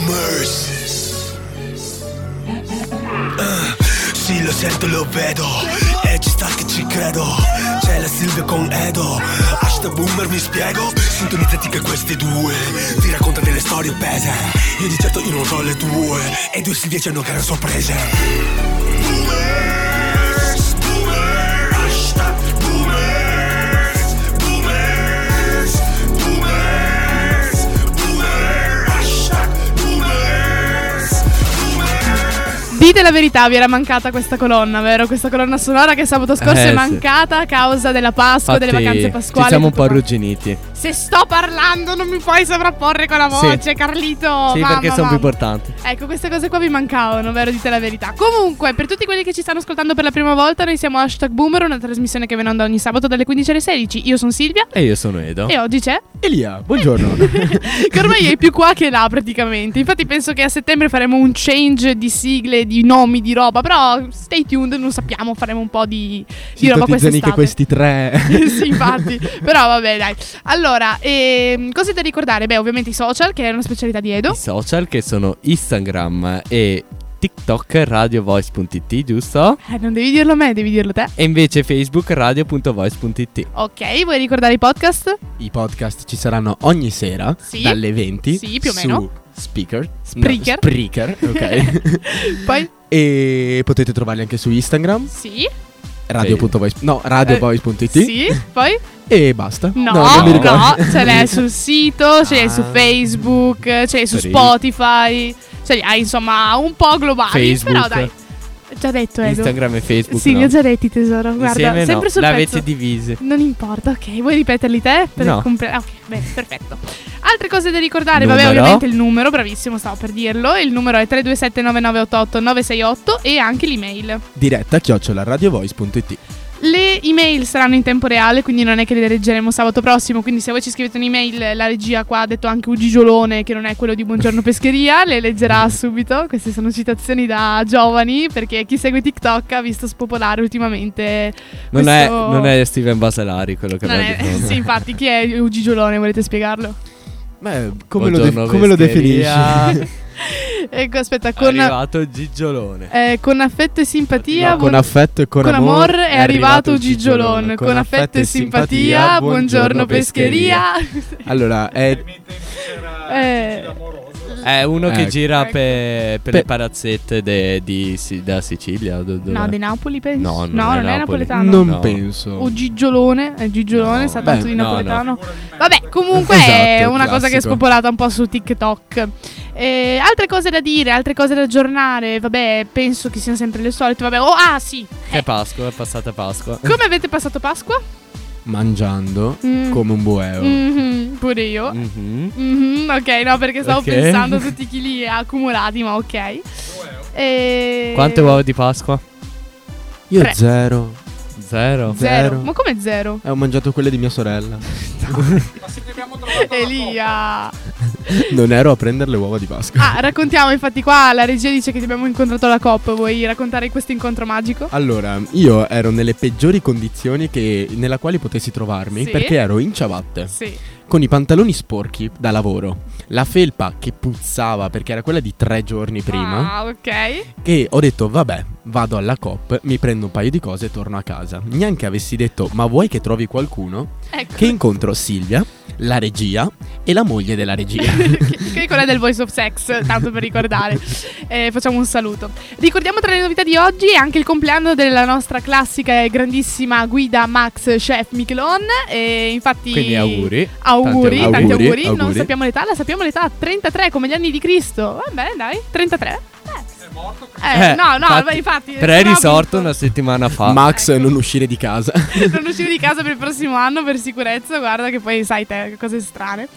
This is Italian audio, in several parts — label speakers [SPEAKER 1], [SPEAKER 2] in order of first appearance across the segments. [SPEAKER 1] Boomers. Ah, sì, lo sento, lo vedo. E ci sta che ci credo. C'è la Silvia con Edo. Hashtag boomer, mi spiego. Sintonizzati che questi due ti raccontano delle storie pese. Io di certo io non so le tue. E due Silvia ci hanno gran sorprese. Boomers, boomer, hashtag boomers, boomers, boomers, boomer, hashtag boomers, boomers.
[SPEAKER 2] Dite la verità, vi era mancata questa colonna, vero? Questa colonna sonora che sabato scorso
[SPEAKER 3] Eh,
[SPEAKER 2] è
[SPEAKER 3] sì.
[SPEAKER 2] mancata a causa della Pasqua, delle
[SPEAKER 3] Infatti,
[SPEAKER 2] vacanze pasquali.
[SPEAKER 3] Ci siamo un
[SPEAKER 2] tutto
[SPEAKER 3] po'
[SPEAKER 2] qua.
[SPEAKER 3] arrugginiti.
[SPEAKER 2] Se sto parlando non mi puoi sovrapporre con la
[SPEAKER 3] Sì.
[SPEAKER 2] voce, Carlito.
[SPEAKER 3] sì,
[SPEAKER 2] mamma,
[SPEAKER 3] perché sono
[SPEAKER 2] mamma.
[SPEAKER 3] più importanti.
[SPEAKER 2] Ecco, queste cose qua vi mancavano, vero? Dite la verità. Comunque, per tutti quelli che ci stanno ascoltando per la prima volta, noi siamo Hashtag Boomer, una trasmissione che viene onda ogni sabato dalle 15 alle 16. Io sono Silvia
[SPEAKER 3] E io sono Edo.
[SPEAKER 2] e oggi c'è...
[SPEAKER 3] Elia, buongiorno.
[SPEAKER 2] che ormai è più qua che là praticamente. Infatti penso che a settembre faremo un change di sigle, di nomi, di roba, però stay tuned, non sappiamo, faremo un po' di, di roba
[SPEAKER 3] Sintonizza
[SPEAKER 2] quest'estate.
[SPEAKER 3] che questi tre.
[SPEAKER 2] sì, infatti. Però vabbè, dai. Allora, ehm, cose da ricordare? Beh, ovviamente i social, che è una specialità di Edo.
[SPEAKER 3] I social che sono Instagram e TikTok radiovoice.it, giusto?
[SPEAKER 2] Eh, non devi dirlo a me, devi dirlo te.
[SPEAKER 3] E invece Facebook radio.voice.it.
[SPEAKER 2] Ok, vuoi ricordare i podcast?
[SPEAKER 4] I podcast ci saranno ogni sera
[SPEAKER 2] Sì.
[SPEAKER 4] dalle 20
[SPEAKER 2] Sì, più o meno.
[SPEAKER 4] su Speaker no,
[SPEAKER 2] Spreaker.
[SPEAKER 4] Spreaker, ok.
[SPEAKER 2] Poi?
[SPEAKER 4] e potete trovarli anche su Instagram
[SPEAKER 2] Sì.
[SPEAKER 4] radio.voice no radiovoice.it
[SPEAKER 2] Eh, Sì, poi?
[SPEAKER 4] e basta.
[SPEAKER 2] No,
[SPEAKER 4] non mi
[SPEAKER 2] no,
[SPEAKER 4] ricordo.
[SPEAKER 2] ce l'hai sul sito, ce l'hai su
[SPEAKER 4] Ah.
[SPEAKER 2] Facebook, ce l'hai su
[SPEAKER 4] Sì.
[SPEAKER 2] Spotify, ce l'hai insomma un po' globali,
[SPEAKER 3] Facebook.
[SPEAKER 2] però dai. Già detto Edo.
[SPEAKER 3] Instagram e Facebook.
[SPEAKER 2] Sì,
[SPEAKER 3] no.
[SPEAKER 2] li ho già detti tesoro, guarda,
[SPEAKER 3] Insieme no,
[SPEAKER 2] sempre sul
[SPEAKER 3] L'avete
[SPEAKER 2] pezzo.
[SPEAKER 3] divise.
[SPEAKER 2] Non importa, ok, vuoi ripeterli te? Per
[SPEAKER 3] No.
[SPEAKER 2] compre- ah, ok, bene, perfetto. Altre cose da ricordare, vabbè,
[SPEAKER 3] Numero.
[SPEAKER 2] ovviamente il numero, bravissimo, stavo per dirlo. Il numero è 327-9988-968 e anche l'email.
[SPEAKER 4] Diretta chiocciola radiovoice.it.
[SPEAKER 2] Le email saranno in tempo reale, quindi non è che le leggeremo sabato prossimo. Quindi, se voi ci scrivete un'email, la regia qua ha detto anche Ugigiolone, che non è quello di Buongiorno Pescheria, le leggerà subito. Queste sono citazioni da giovani, perché chi segue TikTok ha visto spopolare ultimamente.
[SPEAKER 3] Non,
[SPEAKER 2] questo-
[SPEAKER 3] è, non è Steven Basalari quello che
[SPEAKER 2] Non
[SPEAKER 3] mi ha
[SPEAKER 2] è-
[SPEAKER 3] detto.
[SPEAKER 2] sì, infatti, chi è Ugigiolone? Volete spiegarlo?
[SPEAKER 4] Beh, come lo,
[SPEAKER 3] Buongiorno,
[SPEAKER 4] come lo definisci?
[SPEAKER 3] pescheria.
[SPEAKER 2] Ecco, aspetta,
[SPEAKER 3] È
[SPEAKER 2] con,
[SPEAKER 3] arrivato Gigiolone.
[SPEAKER 2] eh, con affetto e simpatia.
[SPEAKER 4] No, con
[SPEAKER 2] buon-
[SPEAKER 4] affetto e con,
[SPEAKER 2] Con amor
[SPEAKER 4] amore
[SPEAKER 2] è arrivato Gigiolone. Con affetto e simpatia, buongiorno Pescheria.
[SPEAKER 4] Allora, è
[SPEAKER 2] Eh,
[SPEAKER 3] È uno che
[SPEAKER 4] Ecco.
[SPEAKER 3] gira
[SPEAKER 2] Ecco.
[SPEAKER 3] per, per
[SPEAKER 4] Pe-
[SPEAKER 3] le palazzette de- di Si- da Sicilia. do- dov'è?
[SPEAKER 2] no, di Napoli penso.
[SPEAKER 3] No, non
[SPEAKER 2] non
[SPEAKER 3] è
[SPEAKER 2] è
[SPEAKER 3] Napoli.
[SPEAKER 2] napoletano.
[SPEAKER 4] non
[SPEAKER 3] No.
[SPEAKER 4] penso.
[SPEAKER 2] O Gigiolone, eh, Gigiolone,
[SPEAKER 3] No.
[SPEAKER 2] sa tanto
[SPEAKER 4] Beh,
[SPEAKER 2] di
[SPEAKER 3] no,
[SPEAKER 2] napoletano. Vabbè, comunque è
[SPEAKER 4] Esatto,
[SPEAKER 2] una cosa che è
[SPEAKER 4] classico.
[SPEAKER 2] spopolata un po' su TikTok. Eh, altre cose da dire, altre cose da aggiornare. Vabbè, penso che siano sempre le solite. Vabbè, oh, ah, sì.
[SPEAKER 3] È Pasqua, è passata Pasqua.
[SPEAKER 2] Come avete passato Pasqua?
[SPEAKER 4] Mangiando
[SPEAKER 2] Mm.
[SPEAKER 4] come un bueo.
[SPEAKER 2] Mhm, pure io.
[SPEAKER 3] Mhm.
[SPEAKER 2] Mhm, ok, no, perché stavo
[SPEAKER 3] Ok.
[SPEAKER 2] pensando a tutti i chili accumulati, ma ok. E...
[SPEAKER 3] Quante uova di Pasqua?
[SPEAKER 4] Io
[SPEAKER 2] Tre.
[SPEAKER 4] zero. Eh,
[SPEAKER 3] Zero.
[SPEAKER 2] Zero.
[SPEAKER 4] Zero.
[SPEAKER 2] Ma come zero?
[SPEAKER 3] Eh.
[SPEAKER 4] E ho mangiato quelle di mia sorella.
[SPEAKER 2] Elia.
[SPEAKER 4] Non ero a prendere le uova di Pasqua.
[SPEAKER 2] Ah, raccontiamo, infatti, qua la regia dice che ti abbiamo incontrato alla COP. Vuoi raccontare questo incontro magico?
[SPEAKER 4] Allora, io ero nelle peggiori condizioni che, nella quali potessi trovarmi
[SPEAKER 2] Sì.
[SPEAKER 4] perché ero in ciabatte.
[SPEAKER 2] Sì.
[SPEAKER 4] Con i pantaloni sporchi da lavoro, la felpa che puzzava perché era quella di tre giorni prima.
[SPEAKER 2] Ah, ok.
[SPEAKER 4] Che ho detto, vabbè, vado alla COP, mi prendo un paio di cose e torno a casa. Neanche avessi detto, ma vuoi che trovi qualcuno?
[SPEAKER 2] Ecco.
[SPEAKER 4] Che incontro Silvia, la regia e la moglie della regia.
[SPEAKER 2] Che è quella del Voice of Sex, tanto per ricordare. Eh, facciamo un saluto. Ricordiamo tra le novità di oggi è anche il compleanno della nostra classica e grandissima guida Max Chef Michelon. E infatti,
[SPEAKER 3] Quindi auguri.
[SPEAKER 2] Auguri, tanti
[SPEAKER 3] Tanti
[SPEAKER 2] auguri.
[SPEAKER 3] auguri,
[SPEAKER 2] Non
[SPEAKER 3] auguri.
[SPEAKER 2] sappiamo l'età, la sappiamo l'età 33 come gli anni di Cristo. Vabbè, dai, 33. Eh, eh, no, no, infatti, infatti
[SPEAKER 3] Tre
[SPEAKER 2] sono
[SPEAKER 3] risorto una settimana
[SPEAKER 2] Ah.
[SPEAKER 3] fa.
[SPEAKER 4] Max, non uscire di casa.
[SPEAKER 2] non uscire di casa per il prossimo anno per sicurezza, guarda che poi sai te cose strane.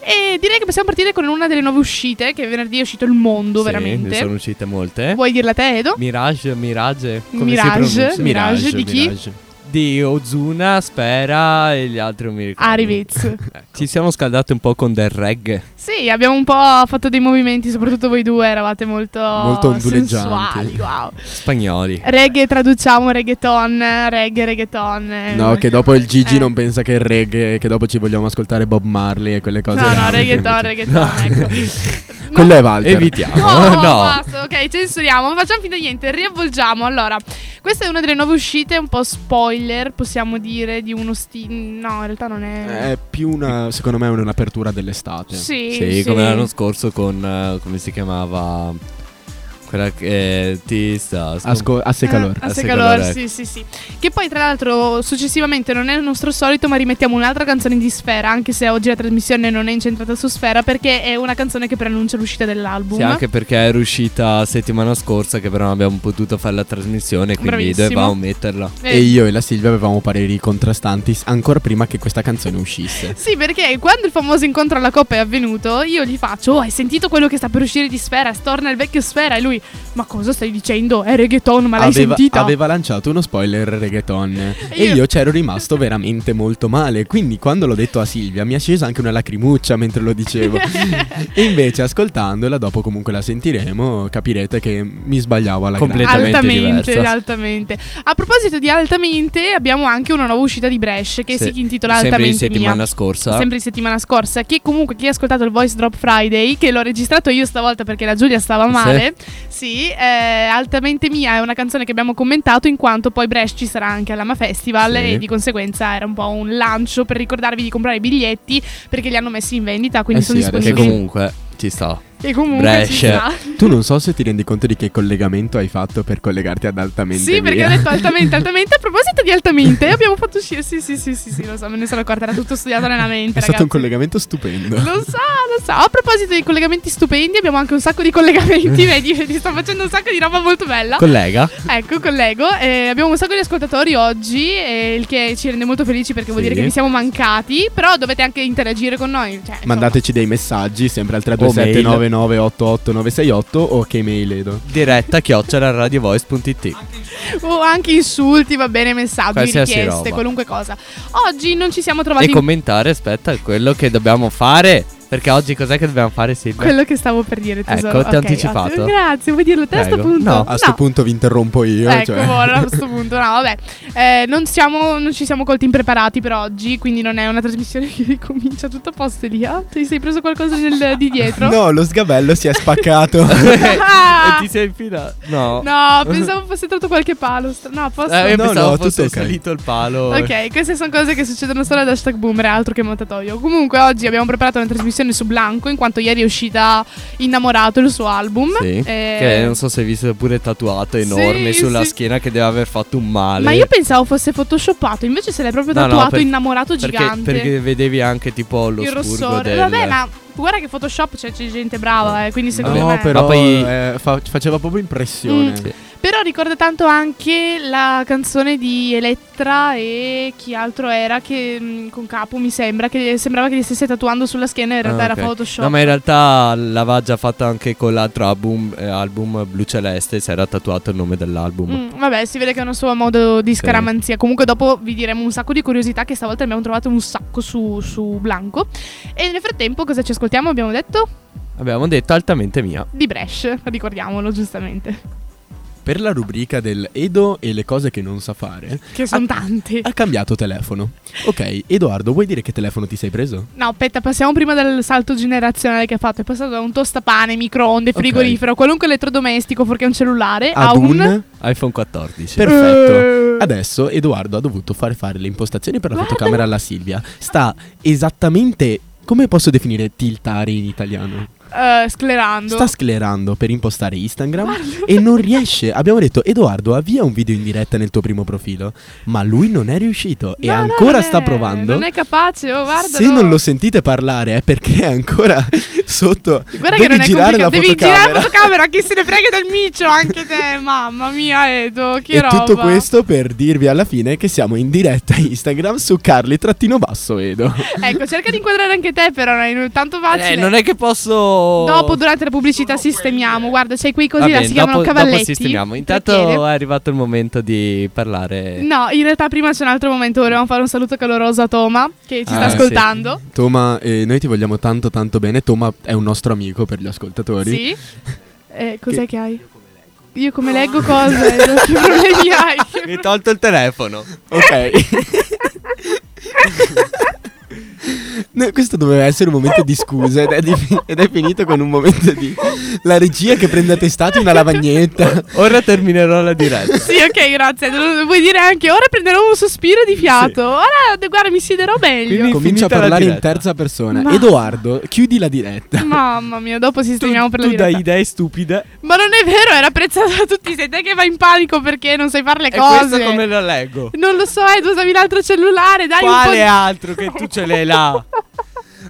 [SPEAKER 2] E direi che possiamo partire con una delle nuove uscite, che venerdì è uscito il mondo
[SPEAKER 3] Sì,
[SPEAKER 2] veramente.
[SPEAKER 3] Ne sono uscite molte.
[SPEAKER 2] Vuoi dirla te Edo?
[SPEAKER 3] Mirage, Mirage. Come
[SPEAKER 2] Mirage,
[SPEAKER 3] si pronuncia?
[SPEAKER 2] Mirage, di chi?
[SPEAKER 3] Mirage. Di Ozuna, Spera e gli altri Ecco. non mi ricordo.
[SPEAKER 2] Ah, Arivez.
[SPEAKER 3] Ci siamo scaldati un po' con del reggae.
[SPEAKER 2] Sì, abbiamo un po' fatto dei movimenti, soprattutto voi due eravate molto,
[SPEAKER 3] Molto onduleggianti.
[SPEAKER 2] sensuali, wow.
[SPEAKER 3] Spagnoli.
[SPEAKER 2] Reggae traduciamo reggaeton, reggae reggaeton. eh.
[SPEAKER 4] No, che dopo il Gigi
[SPEAKER 2] Eh.
[SPEAKER 4] non pensa che è reggae, che dopo ci vogliamo ascoltare Bob Marley e quelle cose.
[SPEAKER 2] No, no,
[SPEAKER 4] là.
[SPEAKER 2] reggaeton, reggaeton, ecco.
[SPEAKER 4] Quello è Walter.
[SPEAKER 3] Evitiamo.
[SPEAKER 2] No, basta, ok, censuriamo, non facciamo finta di niente, riavvolgiamo. Allora, questa è una delle nuove uscite, un po' spoiler, possiamo dire, di uno stile... No, in realtà non è...
[SPEAKER 4] Eh, È più una, secondo me, è un'apertura dell'estate.
[SPEAKER 2] Sì,
[SPEAKER 3] Sì,
[SPEAKER 2] sì.
[SPEAKER 3] come l'anno scorso con... eh, come si chiamava? Quella che eh, ti sta...
[SPEAKER 4] Asco- a se calor.
[SPEAKER 2] A sé ecco. calor, Eh,
[SPEAKER 3] ecco.
[SPEAKER 2] sì, sì, sì. Che poi, tra l'altro, successivamente non è il nostro solito, ma rimettiamo un'altra canzone di Sfera, anche se oggi la trasmissione non è incentrata su Sfera, perché è una canzone che preannuncia l'uscita dell'album.
[SPEAKER 3] Sì, anche perché era uscita settimana scorsa che però non abbiamo potuto fare la trasmissione, quindi
[SPEAKER 2] Bravissimo.
[SPEAKER 3] dovevamo metterla.
[SPEAKER 2] Eh.
[SPEAKER 4] E io e la Silvia avevamo pareri contrastanti s- ancora prima che questa canzone uscisse.
[SPEAKER 2] Sì, perché quando il famoso incontro alla coppa è avvenuto, io gli faccio: Oh, hai sentito quello che sta per uscire di Sfera? Torna il vecchio Sfera. E lui: Ma cosa stai dicendo? È reggaeton, ma l'hai
[SPEAKER 4] aveva,
[SPEAKER 2] sentita?
[SPEAKER 4] aveva lanciato uno spoiler reggaeton e
[SPEAKER 2] Io-
[SPEAKER 4] io c'ero rimasto veramente molto male. Quindi, quando l'ho detto a Silvia, mi è scesa anche una lacrimuccia mentre lo dicevo. e invece, ascoltandola, dopo comunque la sentiremo, capirete che mi sbagliavo alla grande.
[SPEAKER 2] altamente, altamente. A proposito di altamente, abbiamo anche una nuova uscita di Brescia che
[SPEAKER 3] Se-
[SPEAKER 2] si intitola
[SPEAKER 3] sempre
[SPEAKER 2] Altamente.
[SPEAKER 3] di settimana
[SPEAKER 2] Mia.
[SPEAKER 3] scorsa.
[SPEAKER 2] Sempre di settimana scorsa. Che comunque chi ha ascoltato il Voice Drop Friday, che l'ho registrato io stavolta perché la Giulia stava male. Sì, eh, Altamente Mia è una canzone che abbiamo commentato in quanto poi Brescia ci sarà anche all'Ama Festival
[SPEAKER 3] Sì.
[SPEAKER 2] e di conseguenza era un po' un lancio per ricordarvi di comprare i biglietti perché li hanno messi in vendita, quindi
[SPEAKER 4] Eh
[SPEAKER 2] sono
[SPEAKER 3] che
[SPEAKER 2] disponibili.
[SPEAKER 3] Eh comunque ci sta.
[SPEAKER 2] E comunque ci
[SPEAKER 3] Brescia.
[SPEAKER 2] sarà.
[SPEAKER 4] Tu non so se ti rendi conto di che collegamento hai fatto per collegarti ad altamente.
[SPEAKER 2] Sì, perché
[SPEAKER 4] Mia.
[SPEAKER 2] ho detto altamente, altamente. A proposito di altamente, abbiamo fatto uscire. Sì, sì, sì, sì, sì, lo so, me ne sono accorta. Era tutto studiato nella mente,
[SPEAKER 4] È stato
[SPEAKER 2] ragazzi.
[SPEAKER 4] un collegamento stupendo.
[SPEAKER 2] Lo so, lo so. A proposito di collegamenti stupendi, abbiamo anche un sacco di collegamenti. vedi, vedi, sto facendo un sacco di roba molto bella.
[SPEAKER 3] Collega.
[SPEAKER 2] Ecco, collego. Eh, abbiamo un sacco di ascoltatori oggi, eh, il che ci rende molto felici perché vuol
[SPEAKER 4] Sì.
[SPEAKER 2] dire che vi siamo mancati. Però dovete anche interagire con noi. Cioè,
[SPEAKER 4] Mandateci dei messaggi sempre al
[SPEAKER 3] O mail.
[SPEAKER 4] 327-9988-968 o che mail Edo.
[SPEAKER 3] Diretta chiocciola radiovoice.it.
[SPEAKER 2] o anche insulti, va bene, messaggi,
[SPEAKER 3] Qualsiasi
[SPEAKER 2] richieste,
[SPEAKER 3] roba.
[SPEAKER 2] qualunque cosa. Oggi non ci siamo trovati
[SPEAKER 3] E
[SPEAKER 2] in
[SPEAKER 3] commentare, aspetta, quello che dobbiamo fare. Perché oggi cos'è che dobbiamo fare, Silvia?
[SPEAKER 2] Quello che stavo per dire, tesoro.
[SPEAKER 3] Ecco, ti ho
[SPEAKER 2] Ok,
[SPEAKER 3] anticipato.
[SPEAKER 2] ottimo. Grazie, vuoi dirlo te a sto
[SPEAKER 3] Prego.
[SPEAKER 2] punto?
[SPEAKER 3] No,
[SPEAKER 4] A sto punto vi interrompo io.
[SPEAKER 2] Ecco,
[SPEAKER 4] cioè.
[SPEAKER 2] buono, a questo punto, no, vabbè. Eh, non, siamo, non ci siamo colti impreparati per oggi, quindi non è una trasmissione che ricomincia tutto a posto lì. ah? Ti sei preso qualcosa nel- di dietro?
[SPEAKER 4] No, lo sgabello si è spaccato.
[SPEAKER 2] Ah!
[SPEAKER 3] ti sei infilato. No.
[SPEAKER 2] No, pensavo fosse troppo qualche palo. stra- No, posso.
[SPEAKER 3] Eh, io
[SPEAKER 4] No,
[SPEAKER 3] pensavo
[SPEAKER 4] no,
[SPEAKER 3] fosse
[SPEAKER 4] tutto ok.
[SPEAKER 3] salito il palo.
[SPEAKER 2] Ok, queste sono cose che succedono solo ad hashtag boomer, altro che montatoio. Comunque, oggi abbiamo preparato una trasmissione su Blanco, in quanto ieri è uscita Innamorato, il suo album.
[SPEAKER 3] Sì.
[SPEAKER 2] Eh,
[SPEAKER 3] Che non so se hai visto pure tatuato enorme
[SPEAKER 2] Sì,
[SPEAKER 3] sulla
[SPEAKER 2] sì.
[SPEAKER 3] schiena che deve aver fatto un male.
[SPEAKER 2] Ma io pensavo fosse photoshoppato, invece se l'hai proprio
[SPEAKER 3] No, no,
[SPEAKER 2] tatuato
[SPEAKER 3] per-
[SPEAKER 2] innamorato
[SPEAKER 3] perché,
[SPEAKER 2] gigante.
[SPEAKER 3] Perché vedevi anche tipo lo
[SPEAKER 2] il
[SPEAKER 3] spurgo
[SPEAKER 2] rossore.
[SPEAKER 3] del...
[SPEAKER 2] Vabbè, ma guarda che Photoshop c'è, c'è gente brava, eh, quindi secondo
[SPEAKER 4] No,
[SPEAKER 2] me
[SPEAKER 4] però
[SPEAKER 3] Ma poi-
[SPEAKER 4] eh, fa- faceva proprio impressione.
[SPEAKER 2] Mm. Però ricorda tanto anche la canzone di Elettra e chi altro era che mh, con capo mi sembra che sembrava che gli stesse tatuando sulla schiena in realtà
[SPEAKER 3] Ah,
[SPEAKER 2] era
[SPEAKER 3] ok.
[SPEAKER 2] Photoshop.
[SPEAKER 3] No, ma in realtà l'aveva già fatta anche con l'altro album, eh, album Blu Celeste. Si era tatuato il nome dell'album.
[SPEAKER 2] Mm, vabbè, si vede che è un suo modo di
[SPEAKER 3] Sì.
[SPEAKER 2] scaramanzia. Comunque, dopo vi diremo un sacco di curiosità che stavolta abbiamo trovato un sacco su, su Blanco. E nel frattempo, cosa ci ascoltiamo? Abbiamo detto
[SPEAKER 3] Abbiamo detto altamente mia.
[SPEAKER 2] di Bresh, ricordiamolo giustamente.
[SPEAKER 4] Per la rubrica del Edo e le cose che non sa fare,
[SPEAKER 2] Che sono tanti.
[SPEAKER 4] ha cambiato telefono. Ok, Edoardo, vuoi dire che telefono ti sei preso?
[SPEAKER 2] No, aspetta, passiamo prima dal salto generazionale che ha fatto. È passato da un tostapane, microonde,
[SPEAKER 4] Ok.
[SPEAKER 2] frigorifero, qualunque elettrodomestico, fuorché un cellulare,
[SPEAKER 4] Ad
[SPEAKER 2] a un. Eh.
[SPEAKER 3] iPhone 14.
[SPEAKER 4] Perfetto. Adesso Edoardo ha dovuto far fare le impostazioni per la fotocamera alla Silvia. Sta esattamente. Come posso definire tiltare in italiano?
[SPEAKER 2] eh, sclerando.
[SPEAKER 4] Sta sclerando per impostare Instagram e non riesce. Abbiamo detto Edoardo avvia un video in diretta nel tuo primo profilo, ma lui non è riuscito e
[SPEAKER 2] No, no,
[SPEAKER 4] ancora
[SPEAKER 2] non
[SPEAKER 4] sta
[SPEAKER 2] è-
[SPEAKER 4] provando.
[SPEAKER 2] Non è capace, oh, guarda.
[SPEAKER 4] Se non lo sentite parlare è perché è ancora sotto.
[SPEAKER 2] Guarda
[SPEAKER 4] devi
[SPEAKER 2] che non è
[SPEAKER 4] girare la
[SPEAKER 2] complicato, devi girare la
[SPEAKER 4] fotocamera.
[SPEAKER 2] fotocamera, chi se ne frega del micio anche te, mamma mia Edo, che
[SPEAKER 4] e
[SPEAKER 2] roba.
[SPEAKER 4] tutto questo per dirvi alla fine che siamo in diretta Instagram su carli-edo.
[SPEAKER 2] Ecco, cerca di inquadrare anche te però, non è tanto facile.
[SPEAKER 3] Eh, non è che posso.
[SPEAKER 2] Dopo, durante la pubblicità, sistemiamo. Guarda, c'hai qui così,
[SPEAKER 3] Va
[SPEAKER 2] là,
[SPEAKER 3] bene,
[SPEAKER 2] si chiamano
[SPEAKER 3] dopo, dopo
[SPEAKER 2] cavalletti.
[SPEAKER 3] sistemiamo.
[SPEAKER 2] Perché?
[SPEAKER 3] Intanto eh. è arrivato il momento di parlare.
[SPEAKER 2] No, in realtà prima c'è un altro momento, volevamo fare un saluto caloroso a Toma, che ci sta
[SPEAKER 4] Ah, sì.
[SPEAKER 2] ascoltando.
[SPEAKER 4] Toma, eh, noi ti vogliamo tanto tanto bene. Toma è un nostro amico per gli ascoltatori.
[SPEAKER 2] Sì. Eh, cos'è che... hai? Io come leggo cosa? Edo? che problemi hai?
[SPEAKER 3] Mi hai tolto il telefono.
[SPEAKER 4] Ok. No, questo doveva essere un momento di scusa ed è, di- ed è finito con un momento di la regia che prende a testata una lavagnetta.
[SPEAKER 3] Ora terminerò la diretta.
[SPEAKER 2] Sì, ok, grazie. Edo. Vuoi dire anche ora prenderò un sospiro di fiato. Ora, guarda, mi siederò meglio.
[SPEAKER 4] Comincia a
[SPEAKER 3] finita la
[SPEAKER 4] parlare in
[SPEAKER 3] diretta.
[SPEAKER 4] terza persona.
[SPEAKER 2] Ma-
[SPEAKER 4] Edoardo, chiudi la diretta.
[SPEAKER 2] Mamma mia, dopo sistemiamo per la
[SPEAKER 3] Tu
[SPEAKER 2] diretta.
[SPEAKER 3] dai idee stupide.
[SPEAKER 2] Ma non è vero, era apprezzato da tutti. Sei te che vai in panico perché non sai fare le
[SPEAKER 3] E
[SPEAKER 2] cose.
[SPEAKER 3] questo come la leggo?
[SPEAKER 2] Non lo so, Edo, usavi l'altro cellulare, dai un po' di-
[SPEAKER 3] Quale altro che tu ce l'hai là?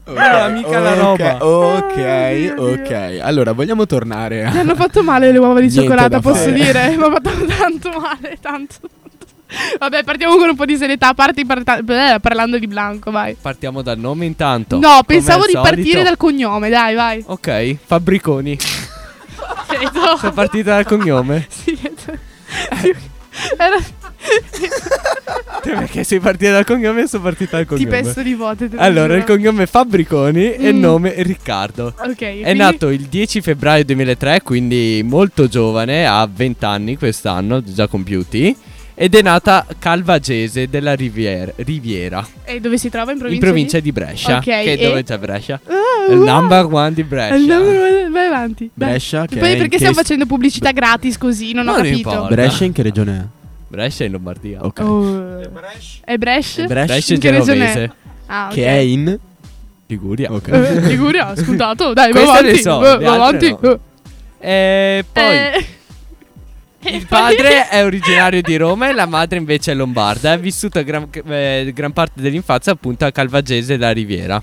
[SPEAKER 3] Però mica la roba.
[SPEAKER 4] Ok, ok. Allora, vogliamo tornare
[SPEAKER 2] Mi
[SPEAKER 4] a...
[SPEAKER 2] hanno fatto male le uova di
[SPEAKER 4] Niente
[SPEAKER 2] cioccolata,
[SPEAKER 4] da
[SPEAKER 2] posso
[SPEAKER 4] fare.
[SPEAKER 2] dire. Mi hanno fatto tanto male, tanto. tanto. Vabbè, partiamo con un po' di serietà. Parti parta- bleh, parlando di Blanco, vai.
[SPEAKER 3] Partiamo dal nome intanto.
[SPEAKER 2] No, pensavo
[SPEAKER 3] Come
[SPEAKER 2] di
[SPEAKER 3] al
[SPEAKER 2] partire
[SPEAKER 3] solito.
[SPEAKER 2] dal cognome, dai, vai.
[SPEAKER 3] Ok, Fabbriconi.
[SPEAKER 2] Edo.
[SPEAKER 3] Sei partita dal cognome?
[SPEAKER 2] Sì, Edo. Era-
[SPEAKER 3] Te perché sei partita dal cognome sono partita dal
[SPEAKER 2] Ti
[SPEAKER 3] cognome.
[SPEAKER 2] pesto di volte. te lo
[SPEAKER 3] Allora, il
[SPEAKER 2] giuro.
[SPEAKER 3] cognome è Fabbriconi e il
[SPEAKER 2] Mm.
[SPEAKER 3] nome è Riccardo.
[SPEAKER 2] Ok,
[SPEAKER 3] È
[SPEAKER 2] quindi-
[SPEAKER 3] nato il 10 febbraio 2003, quindi molto giovane, ha 20 anni quest'anno, già compiuti. Ed è nata Calvagese della Riviera, Riviera
[SPEAKER 2] E dove si trova in
[SPEAKER 3] in
[SPEAKER 2] provincia?
[SPEAKER 3] provincia di Brescia.
[SPEAKER 2] Ok,
[SPEAKER 3] che
[SPEAKER 2] e-
[SPEAKER 3] dove c'è Brescia?
[SPEAKER 2] Ah,
[SPEAKER 3] È il
[SPEAKER 2] wow.
[SPEAKER 3] number one di
[SPEAKER 2] Eh,
[SPEAKER 3] Brescia.
[SPEAKER 2] no, no, vai avanti. dai.
[SPEAKER 4] Brescia, che è
[SPEAKER 2] Poi
[SPEAKER 4] in
[SPEAKER 2] perché
[SPEAKER 4] che
[SPEAKER 2] stiamo
[SPEAKER 4] s-
[SPEAKER 2] facendo pubblicità gratis così? Non, ho
[SPEAKER 3] Non
[SPEAKER 2] capito.
[SPEAKER 3] importa.
[SPEAKER 4] Brescia in che regione
[SPEAKER 3] Brescia è in Lombardia.
[SPEAKER 4] Ok.
[SPEAKER 2] Oh. È Brescia?
[SPEAKER 4] È Brescia
[SPEAKER 3] Brescia
[SPEAKER 2] In
[SPEAKER 3] è
[SPEAKER 2] che regione
[SPEAKER 3] genovese.
[SPEAKER 2] Ah,
[SPEAKER 4] è?
[SPEAKER 2] ok.
[SPEAKER 4] Che è in...
[SPEAKER 3] Liguria.
[SPEAKER 4] Ok.
[SPEAKER 2] Eh, Liguria, ascoltato. Dai, va
[SPEAKER 3] Queste le
[SPEAKER 2] avanti.
[SPEAKER 3] so,
[SPEAKER 2] va-
[SPEAKER 3] le
[SPEAKER 2] va
[SPEAKER 3] altre
[SPEAKER 2] avanti.
[SPEAKER 3] no.
[SPEAKER 2] Eh.
[SPEAKER 3] E poi
[SPEAKER 2] Eh.
[SPEAKER 3] il padre è originario di Roma e la madre invece è lombarda. Ha vissuto gran, eh, gran parte dell'infanzia appunto a Calvagese della Riviera.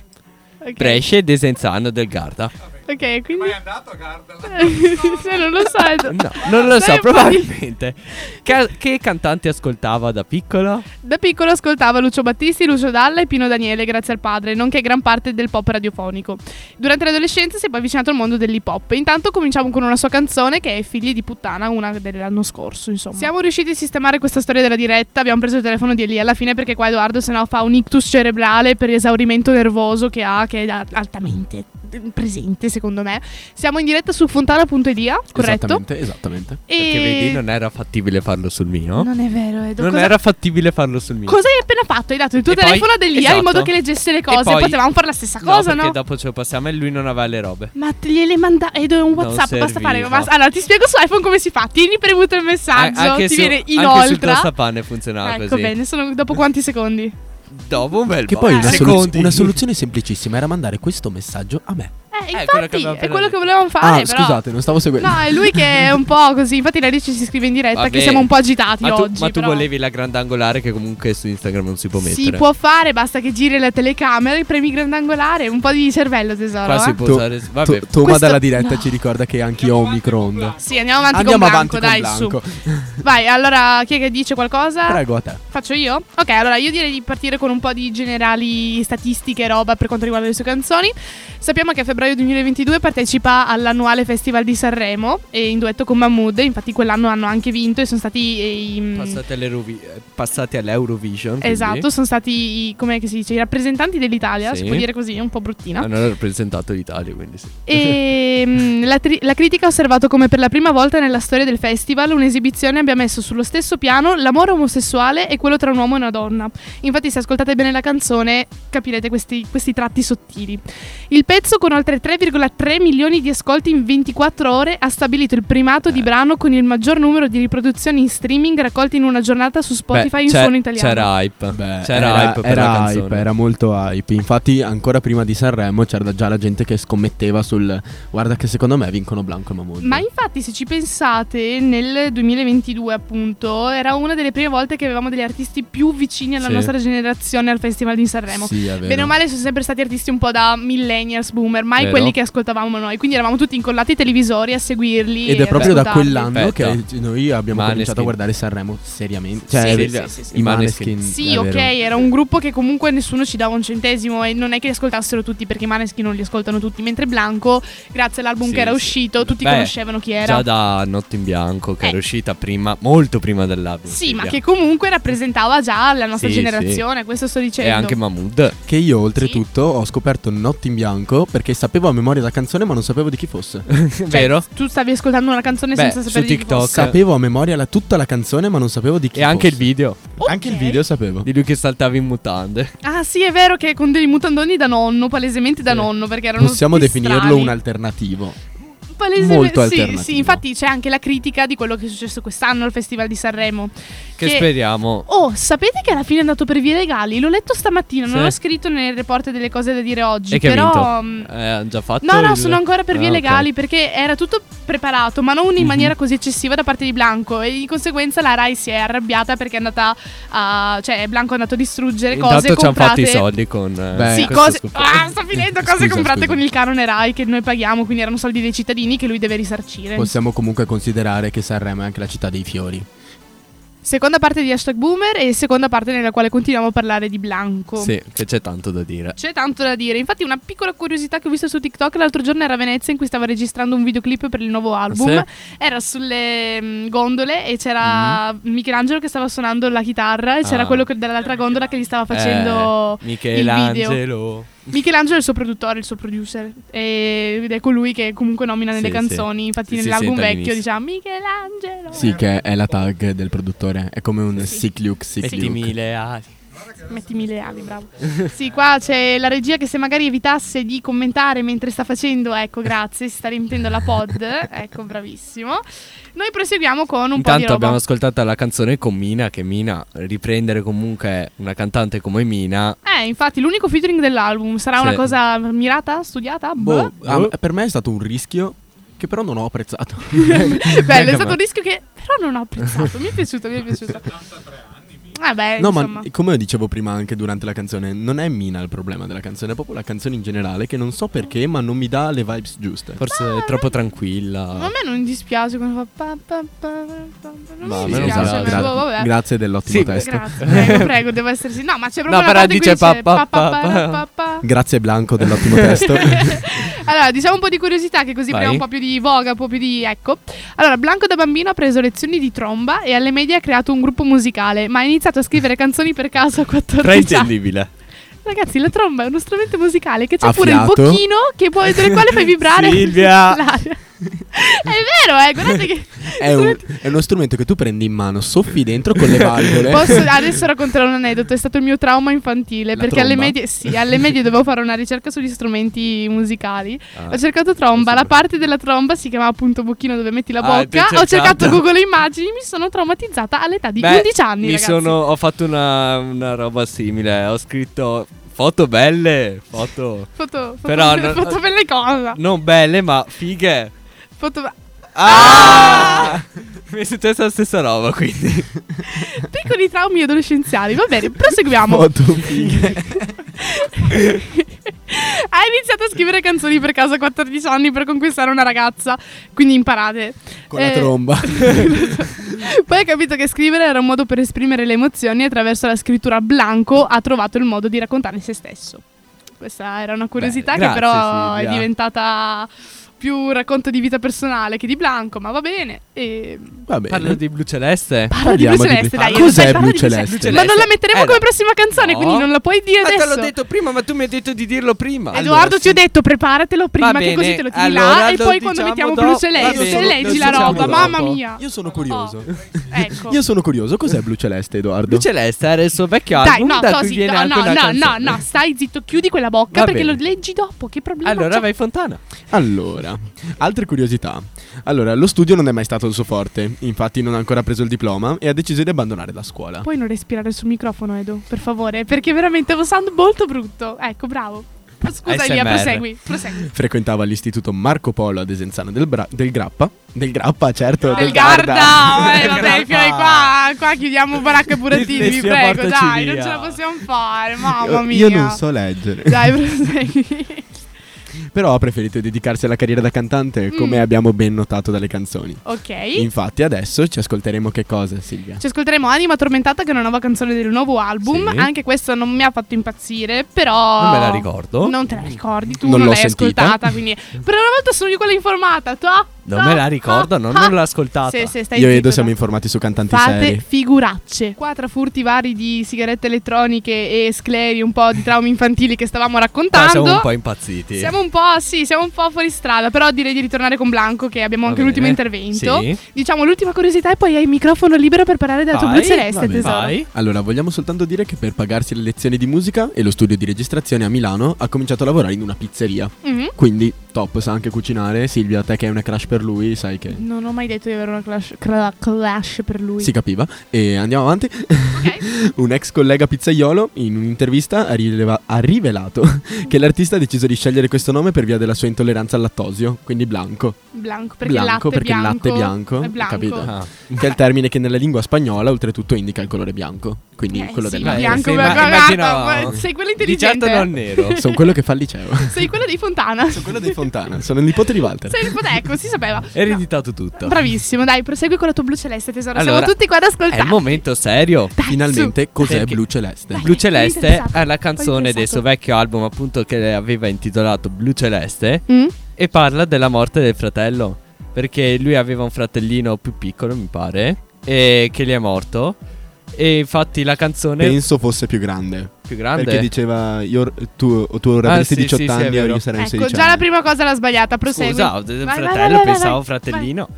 [SPEAKER 2] Ok.
[SPEAKER 3] Brescia e Desenzano del Garda.
[SPEAKER 2] Ok, quindi. è andato a Se non lo sai.
[SPEAKER 3] No, non lo so,
[SPEAKER 2] Dai,
[SPEAKER 3] probabilmente. Ca- che cantanti ascoltava da piccola?
[SPEAKER 2] Da piccolo ascoltava Lucio Battisti, Lucio Dalla e Pino Daniele grazie al padre, nonché gran parte del pop radiofonico. Durante l'adolescenza si è poi avvicinato al mondo dell'hip hop. Intanto cominciamo con una sua canzone che è Figli di puttana, una dell'anno scorso, insomma. Siamo riusciti a sistemare questa storia della diretta, abbiamo preso il telefono di Elia alla fine perché qua Edoardo se no fa un ictus cerebrale per esaurimento nervoso che ha, che è da- altamente presente secondo me. Siamo in diretta su fontana.elia, corretto?
[SPEAKER 4] Esattamente, esattamente.
[SPEAKER 2] E-
[SPEAKER 3] Perché vedi, non era fattibile farlo sul mio.
[SPEAKER 2] Non è vero, Edo.
[SPEAKER 3] Non
[SPEAKER 2] cosa-
[SPEAKER 3] era fattibile farlo sul mio.
[SPEAKER 2] Cosa hai appena fatto? Hai dato il tuo
[SPEAKER 3] E poi-
[SPEAKER 2] telefono ad Elia
[SPEAKER 3] esatto.
[SPEAKER 2] in modo che leggesse le
[SPEAKER 3] E
[SPEAKER 2] cose.
[SPEAKER 3] poi-
[SPEAKER 2] Potevamo fare la stessa
[SPEAKER 3] No,
[SPEAKER 2] cosa,
[SPEAKER 3] perché
[SPEAKER 2] no?
[SPEAKER 3] dopo ce lo passiamo e lui non aveva le robe.
[SPEAKER 2] Ma te gliele manda. Edo è un WhatsApp. Basta
[SPEAKER 3] serviva.
[SPEAKER 2] fare. ma- Allora, ti spiego su iPhone come si fa. Tieni premuto il messaggio.
[SPEAKER 3] A- anche
[SPEAKER 2] ti
[SPEAKER 3] su-
[SPEAKER 2] viene
[SPEAKER 3] Anche sul
[SPEAKER 2] inoltre.
[SPEAKER 3] tostapane funzionava
[SPEAKER 2] Ecco
[SPEAKER 3] così. Eh,
[SPEAKER 2] bene, sono dopo quanti secondi? Eh,
[SPEAKER 3] Dopo un bel
[SPEAKER 4] Che
[SPEAKER 3] po'. eh.
[SPEAKER 4] poi una, solu-
[SPEAKER 3] Secondi.
[SPEAKER 4] una soluzione semplicissima era mandare questo messaggio a me.
[SPEAKER 3] quello
[SPEAKER 2] Eh,
[SPEAKER 3] che
[SPEAKER 2] infatti,
[SPEAKER 3] abbiamo
[SPEAKER 2] è
[SPEAKER 3] appena
[SPEAKER 2] quello
[SPEAKER 3] detto.
[SPEAKER 2] che volevamo fare.
[SPEAKER 4] ah,
[SPEAKER 2] eh, però.
[SPEAKER 4] scusate, non stavo seguendo.
[SPEAKER 2] No, è lui che è un po' così. Infatti, la Ricci si scrive in diretta
[SPEAKER 3] Vabbè.
[SPEAKER 2] che siamo un po' agitati
[SPEAKER 3] ma tu,
[SPEAKER 2] oggi.
[SPEAKER 3] Ma tu
[SPEAKER 2] però.
[SPEAKER 3] volevi la grandangolare che comunque su Instagram non si può mettere.
[SPEAKER 2] Si può fare, basta che giri la telecamera, premi grandangolare, un po' di cervello, tesoro.
[SPEAKER 3] Qua si
[SPEAKER 2] eh.
[SPEAKER 3] può
[SPEAKER 4] To-
[SPEAKER 3] usare. Vabbè.
[SPEAKER 4] To- Toma
[SPEAKER 2] Questo-
[SPEAKER 4] dalla diretta
[SPEAKER 2] no.
[SPEAKER 4] ci ricorda che anch'io ho un microonde.
[SPEAKER 2] Sì, andiamo avanti
[SPEAKER 4] Andiamo
[SPEAKER 2] con
[SPEAKER 4] avanti
[SPEAKER 2] Blanco,
[SPEAKER 4] con
[SPEAKER 2] dai,
[SPEAKER 4] Blanco.
[SPEAKER 2] su. Vai, allora, chi è che dice qualcosa?
[SPEAKER 4] Prego a te.
[SPEAKER 2] Faccio io? Ok, allora io direi di partire con un po' di generali statistiche e roba per quanto riguarda le sue canzoni. Sappiamo che a febbraio 2022 partecipa all'annuale Festival di Sanremo e in duetto con Mahmood, infatti quell'anno hanno anche vinto e sono stati eh, i-
[SPEAKER 3] Passate, all'Eurovi- eh, passate all'Eurovision. quindi.
[SPEAKER 2] Esatto, sono stati i, come si dice, i rappresentanti dell'Italia,
[SPEAKER 3] Sì.
[SPEAKER 2] si può dire così, è un po' bruttina.
[SPEAKER 3] Hanno Ah, rappresentato l'Italia, quindi sì.
[SPEAKER 2] E mm, la, tri- la critica ha osservato come per la prima volta nella storia del festival un'esibizione abbia messo sullo stesso piano l'amore omosessuale e quello tra un uomo e una donna. Infatti, se ascoltate bene la canzone, capirete questi, questi tratti sottili. Il pezzo, con oltre 3,3 milioni di ascolti in 24 ore, ha stabilito il primato
[SPEAKER 3] Eh.
[SPEAKER 2] di brano con il maggior numero di riproduzioni in streaming raccolti in una giornata su Spotify
[SPEAKER 3] Beh,
[SPEAKER 2] in
[SPEAKER 3] c'è-
[SPEAKER 2] suono italiano.
[SPEAKER 3] C'era hype.
[SPEAKER 4] Beh,
[SPEAKER 3] c'era
[SPEAKER 4] era,
[SPEAKER 3] hype per
[SPEAKER 4] era
[SPEAKER 3] la
[SPEAKER 4] hype,
[SPEAKER 3] canzone.
[SPEAKER 4] era molto hype. Infatti, ancora prima di Sanremo c'era già la gente che scommetteva sul guarda che secondo me vincono Blanco e Mahmood.
[SPEAKER 2] Ma infatti, se ci pensate, nel 2022, appunto, era una delle prime volte che avevamo degli artisti più vicini alla
[SPEAKER 4] Sì.
[SPEAKER 2] nostra generazione al Festival di Sanremo.
[SPEAKER 4] Sì, è vero.
[SPEAKER 2] Bene o male, sono sempre stati artisti un po' da millennials, boomer, mai
[SPEAKER 4] Vero.
[SPEAKER 2] quelli che ascoltavamo noi. Quindi eravamo tutti incollati ai televisori a seguirli.
[SPEAKER 4] Ed
[SPEAKER 2] e
[SPEAKER 4] è
[SPEAKER 2] ad
[SPEAKER 4] proprio da
[SPEAKER 2] ascoltarli.
[SPEAKER 4] quell'anno
[SPEAKER 3] Aspetta.
[SPEAKER 4] che noi abbiamo
[SPEAKER 3] Maneskin.
[SPEAKER 4] cominciato a guardare Sanremo seriamente.
[SPEAKER 3] Sì,
[SPEAKER 4] Cioè,
[SPEAKER 3] sì,
[SPEAKER 4] i
[SPEAKER 3] sì, sì, sì.
[SPEAKER 4] i Maneskin.
[SPEAKER 2] Sì,
[SPEAKER 4] è
[SPEAKER 2] ok,
[SPEAKER 4] vero.
[SPEAKER 2] era un gruppo che comunque nessuno ci dava un centesimo e non è che li ascoltassero tutti perché i Maneschi non li ascoltano tutti, mentre Blanco, grazie all'album
[SPEAKER 3] Sì,
[SPEAKER 2] che era
[SPEAKER 3] sì.
[SPEAKER 2] uscito, tutti
[SPEAKER 3] Beh,
[SPEAKER 2] conoscevano chi era. Eh.
[SPEAKER 3] Già da Notte in Bianco, che era uscita prima, molto prima dell'album.
[SPEAKER 2] Sì, ma
[SPEAKER 3] Silvia.
[SPEAKER 2] che comunque rappresentava già la nostra
[SPEAKER 3] Sì,
[SPEAKER 2] generazione, questo sto
[SPEAKER 3] E
[SPEAKER 2] dicendo.
[SPEAKER 3] anche Mahmood.
[SPEAKER 4] Che io oltretutto ho scoperto Notte in Bianco perché sapevo a memoria la canzone ma non sapevo di chi fosse.
[SPEAKER 3] Vero?
[SPEAKER 2] tu stavi ascoltando una canzone
[SPEAKER 3] Beh,
[SPEAKER 2] senza
[SPEAKER 3] su
[SPEAKER 2] sapere di chi
[SPEAKER 3] TikTok.
[SPEAKER 2] fosse.
[SPEAKER 4] Sapevo a memoria la- tutta la canzone ma non sapevo di chi
[SPEAKER 3] E anche il
[SPEAKER 4] fosse.
[SPEAKER 3] video.
[SPEAKER 4] Anche il video sapevo.
[SPEAKER 3] Di lui che saltava in mutande.
[SPEAKER 2] Ah, sì, è vero che con dei mutandoni da nonno, palesemente da nonno, perché erano
[SPEAKER 4] Possiamo
[SPEAKER 2] tutti
[SPEAKER 4] definirlo
[SPEAKER 2] strani.
[SPEAKER 4] un alternativo.
[SPEAKER 2] Palesemente-
[SPEAKER 4] molto
[SPEAKER 2] sì,
[SPEAKER 4] alternativo.
[SPEAKER 2] sì, infatti c'è anche la critica di quello che è successo quest'anno al Festival di Sanremo.
[SPEAKER 3] Che, speriamo.
[SPEAKER 2] Oh, sapete che alla fine è andato per via dei Galli? L'ho letto stamattina, non
[SPEAKER 3] Sì.
[SPEAKER 2] l'ho scritto nel report delle cose da dire oggi,
[SPEAKER 3] e che
[SPEAKER 2] però
[SPEAKER 3] ha
[SPEAKER 2] mm,
[SPEAKER 3] vinto? Eh, hanno già fatto.
[SPEAKER 2] No, no,
[SPEAKER 3] il-
[SPEAKER 2] sono ancora per vie
[SPEAKER 3] Ah, ok. Mhm.
[SPEAKER 2] legali perché era tutto preparato, ma non in maniera così eccessiva da parte di Blanco. E di conseguenza la Rai si è arrabbiata perché è andata a. cioè, Blanco è andato a distruggere cose
[SPEAKER 3] Intanto ci hanno
[SPEAKER 2] comprate.
[SPEAKER 3] fatto i soldi con. eh,
[SPEAKER 4] Beh,
[SPEAKER 2] sì,
[SPEAKER 3] questo
[SPEAKER 2] cose.
[SPEAKER 3] scopo.
[SPEAKER 2] Ah, sto finendo cose
[SPEAKER 4] Scusa,
[SPEAKER 2] comprate
[SPEAKER 4] scusa.
[SPEAKER 2] con il canone Rai che noi paghiamo, quindi erano soldi dei cittadini che lui deve risarcire.
[SPEAKER 4] Possiamo comunque considerare che Sanremo è anche la città dei fiori.
[SPEAKER 2] Seconda parte di hashtag boomer e seconda parte nella quale continuiamo a parlare di Blanco.
[SPEAKER 3] Sì, che c'è tanto da dire.
[SPEAKER 2] C'è tanto da dire, infatti una piccola curiosità che ho visto su TikTok l'altro giorno era a Venezia in cui stava registrando un videoclip per il nuovo
[SPEAKER 3] Ah,
[SPEAKER 2] album, era sulle mm, gondole e c'era Michelangelo che stava suonando la chitarra e c'era
[SPEAKER 3] Mhm. Ah.
[SPEAKER 2] quello che- dell'altra gondola che gli stava facendo
[SPEAKER 3] Eh,
[SPEAKER 2] il video.
[SPEAKER 3] Michelangelo.
[SPEAKER 2] Michelangelo è il suo produttore, il suo producer e- ed è colui che comunque nomina nelle
[SPEAKER 3] Sì,
[SPEAKER 2] canzoni,
[SPEAKER 3] sì.
[SPEAKER 2] infatti
[SPEAKER 3] Sì, si
[SPEAKER 2] nell'album
[SPEAKER 3] sente
[SPEAKER 2] vecchio
[SPEAKER 3] all'inizio.
[SPEAKER 2] diceva Michelangelo,
[SPEAKER 4] Sì, che è la tag del produttore. È come un sick look, sick
[SPEAKER 3] Mettimi
[SPEAKER 4] look.
[SPEAKER 3] le ali.
[SPEAKER 2] mettimi le ali, bravo. Sì, qua c'è la regia che se magari evitasse di commentare mentre sta facendo, ecco, grazie, si sta riempiendo la pod, ecco, bravissimo. Noi proseguiamo con un po' di
[SPEAKER 3] Intanto
[SPEAKER 2] roba.
[SPEAKER 3] abbiamo ascoltato la canzone con Mina, che Mina, riprendere comunque una cantante come Mina,
[SPEAKER 2] Eh, infatti, l'unico featuring dell'album sarà
[SPEAKER 3] Sì.
[SPEAKER 2] una cosa mirata, studiata? Boh.
[SPEAKER 4] Boh, ah, per me è stato un rischio che però non ho apprezzato.
[SPEAKER 2] Bello, è stato un rischio che però non ho apprezzato. Mi è piaciuto, mi è piaciuto. 83 anni. Vabbè,
[SPEAKER 4] No,
[SPEAKER 2] Eh, insomma.
[SPEAKER 4] ma come dicevo prima anche durante la canzone, non è Mina il problema della canzone, è proprio la canzone in generale che non so perché, ma non mi dà le vibes giuste.
[SPEAKER 3] forse è troppo tranquilla.
[SPEAKER 2] A me non dispiace quando fa pa, pa, pa, pa, pa. non
[SPEAKER 3] Ma a
[SPEAKER 2] mi
[SPEAKER 3] me non
[SPEAKER 2] dispiace,
[SPEAKER 3] piace.
[SPEAKER 2] ma boh, vabbè.
[SPEAKER 4] Grazie dell'ottimo
[SPEAKER 3] Sì.
[SPEAKER 4] testo.
[SPEAKER 2] Grazie, prego, prego, devo essersi. No, ma c'è proprio
[SPEAKER 3] No,
[SPEAKER 2] una
[SPEAKER 3] però
[SPEAKER 2] parte in cui
[SPEAKER 3] dice
[SPEAKER 2] dice
[SPEAKER 3] pa, pa,
[SPEAKER 2] pa,
[SPEAKER 3] pa,
[SPEAKER 2] pa,
[SPEAKER 3] pa.
[SPEAKER 2] pa, pa.
[SPEAKER 4] Grazie Blanco dell'ottimo testo.
[SPEAKER 2] Allora, diciamo un po' di curiosità che così
[SPEAKER 4] Vai.
[SPEAKER 2] prendiamo un po' più di voga, un po' più di... ecco. Allora, Blanco da bambino ha preso lezioni di tromba e alle medie ha creato un gruppo musicale, ma ha iniziato a scrivere canzoni per caso a 14 anni.
[SPEAKER 3] Fraintendibile.
[SPEAKER 2] Ragazzi, la tromba è uno strumento musicale che c'è
[SPEAKER 3] A
[SPEAKER 2] pure
[SPEAKER 3] fiato.
[SPEAKER 2] il bocchino che può, del quale fai vibrare
[SPEAKER 3] Silvia.
[SPEAKER 2] l'aria. È vero, eh, guardate che...
[SPEAKER 4] È, un- è uno strumento che tu prendi in mano, soffi dentro con le valvole.
[SPEAKER 2] Posso- adesso racconterò un aneddoto, è stato il mio trauma infantile perché alle
[SPEAKER 4] tromba?
[SPEAKER 2] medie, sì, alle medie dovevo fare una ricerca sugli strumenti musicali.
[SPEAKER 3] Ah.
[SPEAKER 2] ho cercato tromba, la parte della tromba si chiamava appunto bocchino dove metti la
[SPEAKER 3] Ah,
[SPEAKER 2] bocca.
[SPEAKER 3] ti hai
[SPEAKER 2] ho cercato
[SPEAKER 3] cercato.
[SPEAKER 2] Google Immagini, mi sono traumatizzata all'età di
[SPEAKER 3] Beh,
[SPEAKER 2] 11 anni.
[SPEAKER 3] Mi
[SPEAKER 2] ragazzi.
[SPEAKER 3] sono, ho fatto una, una roba simile. Ho scritto Foto belle. Foto.
[SPEAKER 2] Foto, foto,
[SPEAKER 3] Però
[SPEAKER 2] belle-
[SPEAKER 3] non-
[SPEAKER 2] foto belle cosa.
[SPEAKER 3] Non belle, ma fighe.
[SPEAKER 2] Foto be-
[SPEAKER 3] Ah! Mi è successa la stessa roba, quindi.
[SPEAKER 2] piccoli traumi adolescenziali. Va bene, proseguiamo. Hai iniziato a scrivere canzoni per caso a 14 anni per conquistare una ragazza, quindi imparate.
[SPEAKER 4] Con la
[SPEAKER 2] Eh,
[SPEAKER 4] tromba.
[SPEAKER 2] Poi hai capito che scrivere era un modo per esprimere le emozioni e attraverso la scrittura Blanco ha trovato il modo di raccontare se stesso. Questa era una curiosità
[SPEAKER 5] Bene,
[SPEAKER 2] che
[SPEAKER 5] grazie,
[SPEAKER 2] però
[SPEAKER 5] Silvia.
[SPEAKER 2] è diventata più racconto di vita personale che di Blanco, ma va bene. E...
[SPEAKER 3] Parla di blu celeste.
[SPEAKER 2] Parla di Parliamo blu di celeste, blu- dai,
[SPEAKER 3] Cos'è
[SPEAKER 2] dai, parla
[SPEAKER 3] blu
[SPEAKER 2] di
[SPEAKER 3] celeste?
[SPEAKER 2] Ma non la metteremo
[SPEAKER 3] Eh,
[SPEAKER 2] come
[SPEAKER 3] no.
[SPEAKER 2] prossima canzone,
[SPEAKER 3] No.
[SPEAKER 2] quindi non la puoi dire
[SPEAKER 3] Ah, te
[SPEAKER 2] adesso.
[SPEAKER 3] l'ho detto prima, ma tu mi hai detto di dirlo prima.
[SPEAKER 2] Edoardo, ti ho detto preparatelo prima, che
[SPEAKER 3] bene,
[SPEAKER 2] così te lo tiri
[SPEAKER 3] allora
[SPEAKER 2] là. E
[SPEAKER 3] lo
[SPEAKER 2] poi quando
[SPEAKER 3] diciamo
[SPEAKER 2] mettiamo
[SPEAKER 3] dopo.
[SPEAKER 2] Blu
[SPEAKER 3] Va bene,
[SPEAKER 2] Celeste,
[SPEAKER 3] lo
[SPEAKER 2] leggi la
[SPEAKER 3] diciamo
[SPEAKER 2] roba,
[SPEAKER 3] dopo.
[SPEAKER 2] mamma mia.
[SPEAKER 4] Io sono curioso.
[SPEAKER 2] Ecco.
[SPEAKER 4] Io sono curioso, cos'è Blu Celeste, Edoardo?
[SPEAKER 3] Blu celeste era il suo vecchio
[SPEAKER 2] Dai,
[SPEAKER 3] album.
[SPEAKER 2] no,
[SPEAKER 3] da cui
[SPEAKER 2] Tosi,
[SPEAKER 3] Ah, viene
[SPEAKER 2] no,
[SPEAKER 3] anche
[SPEAKER 2] no,
[SPEAKER 3] una
[SPEAKER 2] no, no,
[SPEAKER 3] canzone.
[SPEAKER 2] no, stai zitto, chiudi quella bocca
[SPEAKER 4] Va
[SPEAKER 2] perché
[SPEAKER 4] bene.
[SPEAKER 2] lo leggi dopo, che problema
[SPEAKER 3] Allora
[SPEAKER 2] c'è?
[SPEAKER 3] vai Fontana.
[SPEAKER 4] Allora, altre curiosità. Allora, lo studio non è mai stato il suo forte, infatti non ha ancora preso il diploma e ha deciso di abbandonare la scuola.
[SPEAKER 2] Puoi non respirare sul microfono, Edo, per favore, perché veramente lo sound molto brutto. Ecco, bravo. Ma Scusa, Elia,
[SPEAKER 4] ASMR.
[SPEAKER 2] prosegui, prosegui.
[SPEAKER 4] Frequentava l'istituto Marco Polo a Desenzano del, Bra- del Grappa. Del Grappa, certo.
[SPEAKER 2] Del Garda, eh, vabbè, fino a qua, qua chiudiamo baracca e burattini, vi
[SPEAKER 4] Dyslessia,
[SPEAKER 2] prego, dai,
[SPEAKER 4] portaci
[SPEAKER 2] non
[SPEAKER 4] via.
[SPEAKER 2] ce la possiamo fare, mamma
[SPEAKER 4] Io-
[SPEAKER 2] mia.
[SPEAKER 4] Io non so leggere.
[SPEAKER 2] Dai, prosegui.
[SPEAKER 4] Però ha preferito dedicarsi alla carriera da cantante, come
[SPEAKER 2] Mm.
[SPEAKER 4] abbiamo ben notato dalle canzoni.
[SPEAKER 2] Ok.
[SPEAKER 4] Infatti, adesso ci ascolteremo che cosa, Silvia?
[SPEAKER 2] Ci ascolteremo Anima Tormentata, che è una nuova canzone del nuovo album.
[SPEAKER 4] Sì.
[SPEAKER 2] Anche questa non mi ha fatto impazzire, però.
[SPEAKER 4] Non me la ricordo.
[SPEAKER 2] Non te la ricordi, tu
[SPEAKER 3] Non
[SPEAKER 2] non,
[SPEAKER 3] l'ho
[SPEAKER 2] l'hai
[SPEAKER 3] sentita.
[SPEAKER 2] ascoltata. Quindi. Per una volta sono io quella informata. To-
[SPEAKER 3] Non me la ricordo, no, non l'ho ascoltata.
[SPEAKER 2] Sì, sì, stai
[SPEAKER 4] Io e
[SPEAKER 2] zitto,
[SPEAKER 4] Edo siamo informati su cantanti
[SPEAKER 2] Fate
[SPEAKER 4] seri.
[SPEAKER 2] figuracce. Qua tra furti vari di sigarette elettroniche e scleri, un po' di traumi infantili che stavamo
[SPEAKER 3] Ah,
[SPEAKER 2] raccontando.
[SPEAKER 3] siamo un po' impazziti.
[SPEAKER 2] Siamo un po', sì, siamo un po' fuori strada, però direi di ritornare con Blanco che abbiamo
[SPEAKER 3] Va
[SPEAKER 2] anche l'ultimo
[SPEAKER 3] bene.
[SPEAKER 2] intervento.
[SPEAKER 3] Sì.
[SPEAKER 2] Diciamo l'ultima curiosità e poi hai il microfono libero per parlare della tua blu celeste,
[SPEAKER 4] Vabbè.
[SPEAKER 2] tesoro.
[SPEAKER 4] Allora, vogliamo soltanto dire che per pagarsi le lezioni di musica e lo studio di registrazione a Milano ha cominciato a lavorare in una pizzeria.
[SPEAKER 2] Mhm.
[SPEAKER 4] Quindi, top, sa anche cucinare. Silvia, te che hai una crush per lui, sai che.
[SPEAKER 2] Non ho mai detto di avere una clash, cla- clash per lui.
[SPEAKER 4] Si capiva. E andiamo avanti. un ex collega pizzaiolo in un'intervista ha, rileva- ha rivelato che l'artista ha deciso di scegliere questo nome per via della sua intolleranza al lattosio, quindi blanco.
[SPEAKER 2] Blanco, perché il latte
[SPEAKER 4] blanco
[SPEAKER 2] è
[SPEAKER 4] perché il latte è bianco,
[SPEAKER 2] È blanco.
[SPEAKER 4] capito? Che Ah, è il termine che nella lingua spagnola oltretutto indica il colore bianco, quindi
[SPEAKER 2] Eh
[SPEAKER 4] quello
[SPEAKER 2] sì,
[SPEAKER 4] del
[SPEAKER 2] ma
[SPEAKER 4] latte.
[SPEAKER 2] bianco, ma guarda, ma sei quello intelligente.
[SPEAKER 4] Sono quello che fa il liceo.
[SPEAKER 2] Sei quello dei Fontana. Sei
[SPEAKER 4] quello dei Fontana. Sono il nipote di Walter.
[SPEAKER 2] il pot- ecco, si sapeva.
[SPEAKER 3] Ereditato tutto.
[SPEAKER 2] Bravissimo, dai, prosegui con la tua blu celeste, tesoro.
[SPEAKER 3] Allora,
[SPEAKER 2] Siamo tutti qua ad
[SPEAKER 3] È il
[SPEAKER 2] ascoltare.
[SPEAKER 3] momento serio.
[SPEAKER 4] Finalmente, cos'è Blu Celeste?
[SPEAKER 3] Blu Celeste
[SPEAKER 2] pensato,
[SPEAKER 3] è la canzone del suo vecchio album, appunto, che aveva intitolato Blu Celeste.
[SPEAKER 2] Mm?
[SPEAKER 3] E parla della morte del fratello. Perché lui aveva un fratellino più piccolo, mi pare, e che gli è morto. E infatti la canzone.
[SPEAKER 4] Penso fosse più grande.
[SPEAKER 3] Più grande?
[SPEAKER 4] Perché diceva io- tu, tu ora
[SPEAKER 3] Ah,
[SPEAKER 4] avresti
[SPEAKER 3] sì,
[SPEAKER 4] 18
[SPEAKER 3] sì, sì, è
[SPEAKER 4] anni e
[SPEAKER 3] vero.
[SPEAKER 4] io sarei un
[SPEAKER 2] Ecco,
[SPEAKER 4] 16
[SPEAKER 2] già
[SPEAKER 4] anni.
[SPEAKER 2] la prima cosa l'ha sbagliata, prosegui.
[SPEAKER 3] Scusa, del
[SPEAKER 2] Vai, vai,
[SPEAKER 3] fratello,
[SPEAKER 2] vai, vai,
[SPEAKER 3] pensavo
[SPEAKER 2] vai.
[SPEAKER 3] fratellino.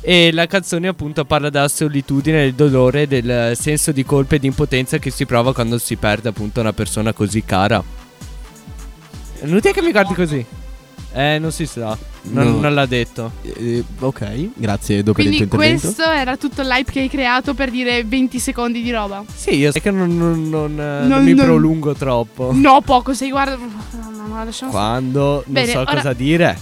[SPEAKER 3] E la canzone appunto parla della solitudine, del dolore, del senso di colpa e di impotenza che si prova quando si perde appunto una persona così cara. Non ti è che mi guardi così? Eh, non si sa. Non,
[SPEAKER 4] No.
[SPEAKER 3] non l'ha detto.
[SPEAKER 4] ok, grazie Edo per il tuo
[SPEAKER 2] Quindi
[SPEAKER 4] intervento.
[SPEAKER 2] questo era tutto l'hype che hai creato per dire 20 secondi di roba.
[SPEAKER 3] Sì, io so che non, non- non, eh,
[SPEAKER 2] Non-
[SPEAKER 3] non mi
[SPEAKER 2] non-
[SPEAKER 3] prolungo troppo.
[SPEAKER 2] No, poco, sei guarda. No, no, no, lasciamo stare.
[SPEAKER 3] Quando non
[SPEAKER 2] Bene,
[SPEAKER 3] so
[SPEAKER 2] ora-
[SPEAKER 3] cosa dire.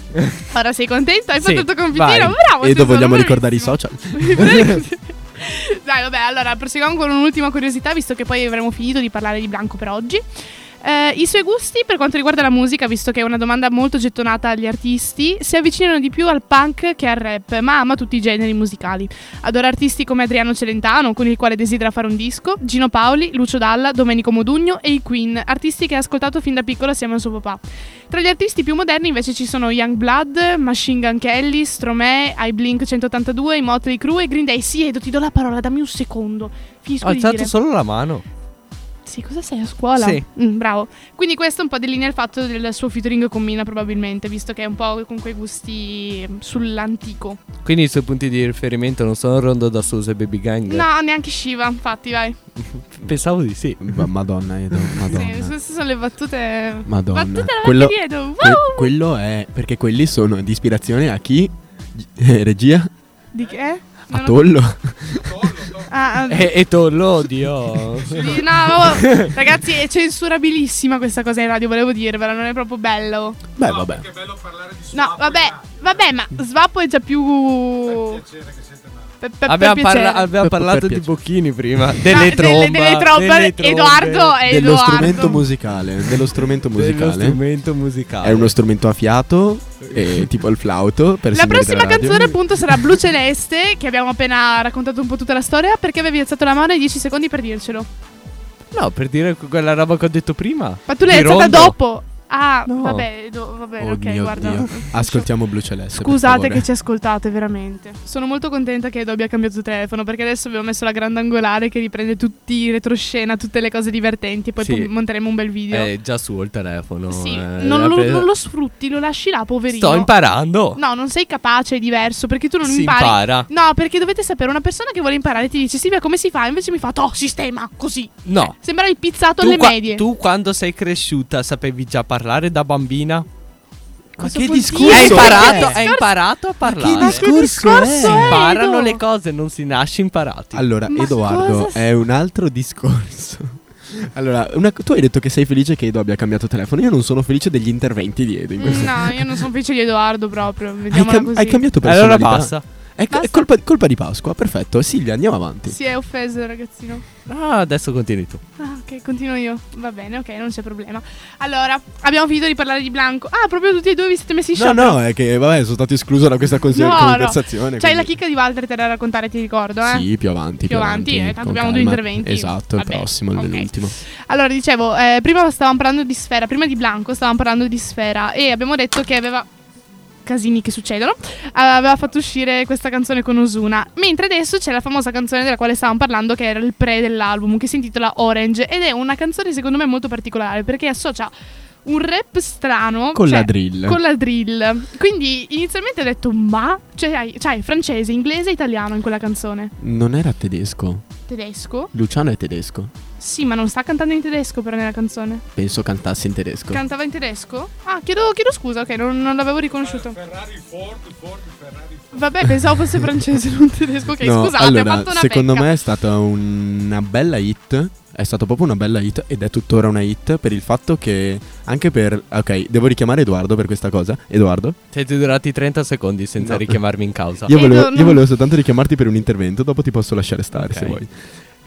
[SPEAKER 2] Ora sei contento? Hai
[SPEAKER 3] Sì,
[SPEAKER 2] fatto il tuo compitino?
[SPEAKER 3] vai.
[SPEAKER 2] Bravo!
[SPEAKER 4] Edo
[SPEAKER 2] tesoro,
[SPEAKER 4] vogliamo
[SPEAKER 2] bravissimo.
[SPEAKER 4] ricordare i social.
[SPEAKER 2] Dai, vabbè, allora proseguiamo con un'ultima curiosità, visto che poi avremo finito di parlare di Blanco per oggi. Eh, I suoi gusti per quanto riguarda la musica, visto che è una domanda molto gettonata agli artisti, si avvicinano di più al punk che al rap, ma ama tutti i generi musicali. Adora artisti come Adriano Celentano, con il quale desidera fare un disco, Gino Paoli, Lucio Dalla, Domenico Modugno e i Queen, artisti che ha ascoltato fin da piccolo assieme a suo papà. Tra gli artisti più moderni invece ci sono Youngblood, Machine Gun Kelly, Stromae, iBlink 182, i Motley Crue e Green Day. Sì, Edo, ti do la parola, dammi un secondo. Finisco
[SPEAKER 3] Ho
[SPEAKER 2] di
[SPEAKER 3] alzato
[SPEAKER 2] dire.
[SPEAKER 3] solo la mano.
[SPEAKER 2] Sì, cosa sei a scuola?
[SPEAKER 3] Sì.
[SPEAKER 2] Mm, bravo. Quindi questo un po' delinea il fatto del suo featuring con Mina probabilmente, visto che è un po' con quei gusti mm, sull'antico.
[SPEAKER 3] Quindi i suoi punti di riferimento non sono Rondo da Sousa e Baby Gang.
[SPEAKER 2] No, neanche Shiva, infatti, vai.
[SPEAKER 3] Pensavo di sì.
[SPEAKER 4] Ma- Madonna Edo,
[SPEAKER 2] Sì,
[SPEAKER 4] madonna.
[SPEAKER 2] queste sono le battute...
[SPEAKER 4] Madonna.
[SPEAKER 2] Battute alla
[SPEAKER 4] Quello-
[SPEAKER 2] macchina di Edo. Wow!
[SPEAKER 4] que- quello è perché quelli sono di ispirazione a chi? Eh, regia?
[SPEAKER 2] Di che?
[SPEAKER 4] A Tollo.
[SPEAKER 2] Ah,
[SPEAKER 3] E, Eh, e Tollo, oddio.
[SPEAKER 2] Sì, No, vabbè, ragazzi, è censurabilissima questa cosa in radio, volevo dirvela, non è proprio bello.
[SPEAKER 4] Beh, vabbè.
[SPEAKER 2] No, vabbè, vabbè, ma Svappo è già più Per- per- per
[SPEAKER 3] Abbiamo, parla-
[SPEAKER 2] piacere. Ah,
[SPEAKER 3] abbiamo parlato di Bocchini prima. Delle
[SPEAKER 2] delle-
[SPEAKER 3] trombe.
[SPEAKER 2] delle trombe, Edoardo eh. è
[SPEAKER 4] dello
[SPEAKER 2] Edoardo.
[SPEAKER 4] strumento musicale, dello strumento
[SPEAKER 3] Dello
[SPEAKER 4] musicale.
[SPEAKER 3] strumento musicale.
[SPEAKER 4] È uno strumento a fiato, eh, tipo il flauto. Per
[SPEAKER 2] La
[SPEAKER 4] sentire
[SPEAKER 2] prossima
[SPEAKER 4] della radio.
[SPEAKER 2] canzone appunto sarà Blu Celeste, che abbiamo appena raccontato un po' tutta la storia, perché avevi alzato la mano ai 10 secondi per dircelo.
[SPEAKER 3] No, per dire que- quella roba che ho detto prima.
[SPEAKER 2] Ma tu l'hai
[SPEAKER 3] Di
[SPEAKER 2] alzata
[SPEAKER 3] Rondo.
[SPEAKER 2] dopo. Ah, vabbè, do- va bene,
[SPEAKER 4] Oh
[SPEAKER 2] ok,
[SPEAKER 4] mio
[SPEAKER 2] guarda.
[SPEAKER 4] Dio. Ascoltiamo Blue Celeste. per
[SPEAKER 2] Scusate
[SPEAKER 4] favore.
[SPEAKER 2] che ci ascoltate veramente. Sono molto contenta che Edo abbia cambiato telefono perché adesso abbiamo messo la grande angolare che riprende tutti i retroscena, tutte le cose divertenti e poi
[SPEAKER 3] Sì.
[SPEAKER 2] pu- monteremo un bel video.
[SPEAKER 3] È Eh, già suo il telefono.
[SPEAKER 2] Sì,
[SPEAKER 3] eh,
[SPEAKER 2] non,
[SPEAKER 3] l'ha
[SPEAKER 2] lo,
[SPEAKER 3] preso-
[SPEAKER 2] non lo sfrutti, lo lasci là, poverino.
[SPEAKER 3] Sto imparando.
[SPEAKER 2] No, non sei capace, è diverso, perché tu non
[SPEAKER 3] Si
[SPEAKER 2] impari.
[SPEAKER 3] impara.
[SPEAKER 2] No, perché dovete sapere, una persona che vuole imparare ti dice Silvia come si fa, invece mi fa, toh, sistema, così.
[SPEAKER 3] No.
[SPEAKER 2] Sembra il pizzato
[SPEAKER 3] Tu,
[SPEAKER 2] alle
[SPEAKER 3] qua-
[SPEAKER 2] medie.
[SPEAKER 3] tu quando sei cresciuta sapevi già parlare da bambina?
[SPEAKER 2] Cosa
[SPEAKER 3] che
[SPEAKER 2] vuol
[SPEAKER 3] discorso?
[SPEAKER 2] dire?
[SPEAKER 3] Hai imparato,
[SPEAKER 2] Che
[SPEAKER 3] hai imparato a parlare.
[SPEAKER 2] Ma che discorso è?
[SPEAKER 3] Si imparano le cose, non si nasce imparati.
[SPEAKER 4] Allora, Edoardo, è un altro discorso. Allora, una- tu hai detto che sei felice che Edo abbia cambiato telefono. Io non sono felice degli interventi di Edo in questo.
[SPEAKER 2] No, io non sono felice di Edoardo proprio.
[SPEAKER 4] Hai,
[SPEAKER 2] Vediamola
[SPEAKER 4] cam-
[SPEAKER 2] Mm, così.
[SPEAKER 4] hai cambiato
[SPEAKER 3] Allora
[SPEAKER 4] personalità.
[SPEAKER 3] basta.
[SPEAKER 4] È, è colpa, colpa di Pasqua, perfetto. Silvia, andiamo avanti.
[SPEAKER 2] Si è offeso, ragazzino.
[SPEAKER 3] Ah, adesso continui tu.
[SPEAKER 2] Ah, ok, continuo io. Va bene, ok, non c'è problema. Allora, abbiamo finito di parlare di Blanco. Ah, proprio tutti e due vi siete messi in
[SPEAKER 4] No,
[SPEAKER 2] sciopero.
[SPEAKER 4] no, è che vabbè, sono stato escluso da questa consi-
[SPEAKER 2] No, no.
[SPEAKER 4] conversazione.
[SPEAKER 2] C'hai
[SPEAKER 4] quindi-
[SPEAKER 2] la chicca di Walter te da raccontare, ti ricordo, eh?
[SPEAKER 4] Sì, più avanti.
[SPEAKER 2] Più avanti, eh, tanto
[SPEAKER 4] con
[SPEAKER 2] abbiamo due
[SPEAKER 4] calma.
[SPEAKER 2] interventi.
[SPEAKER 4] Esatto,
[SPEAKER 2] Vabbè,
[SPEAKER 4] il prossimo,
[SPEAKER 2] ok.
[SPEAKER 4] l'ultimo.
[SPEAKER 2] Allora, dicevo, eh, prima stavamo parlando di Sfera, prima di Blanco stavamo parlando di Sfera e abbiamo detto che aveva casini che succedono, eh, aveva fatto uscire questa canzone con Osuna, mentre adesso c'è la famosa canzone della quale stavamo parlando che era il pre dell'album, che si intitola Orange ed è una canzone secondo me molto particolare perché associa un rap strano
[SPEAKER 4] Con
[SPEAKER 2] cioè,
[SPEAKER 4] la drill.
[SPEAKER 2] Con la drill. Quindi inizialmente ho detto "Ma, cioè hai c'hai francese, inglese e italiano in quella canzone.
[SPEAKER 4] Non era tedesco.
[SPEAKER 2] Tedesco?
[SPEAKER 4] Luciano è tedesco.
[SPEAKER 2] Sì, ma non sta cantando in tedesco però nella canzone.
[SPEAKER 4] Penso cantasse in tedesco.
[SPEAKER 2] Cantava in tedesco? Ah, chiedo, chiedo scusa, ok, non, non l'avevo riconosciuto. Ferrari Ford, Ford, Ferrari Ford. Vabbè, pensavo fosse francese, non tedesco. Ok,
[SPEAKER 4] No,
[SPEAKER 2] scusate, ho
[SPEAKER 4] allora,
[SPEAKER 2] fatto una
[SPEAKER 4] secondo
[SPEAKER 2] pecca.
[SPEAKER 4] me è stata una bella hit. È stata proprio una bella hit ed è tuttora una hit per il fatto che anche per ok, devo richiamare Edoardo per questa cosa. Edoardo,
[SPEAKER 3] Siete durati 30 secondi senza
[SPEAKER 4] No.
[SPEAKER 3] richiamarmi in causa.
[SPEAKER 4] io volevo, io volevo soltanto richiamarti per un intervento, dopo ti posso lasciare stare se
[SPEAKER 3] Ok.
[SPEAKER 4] vuoi.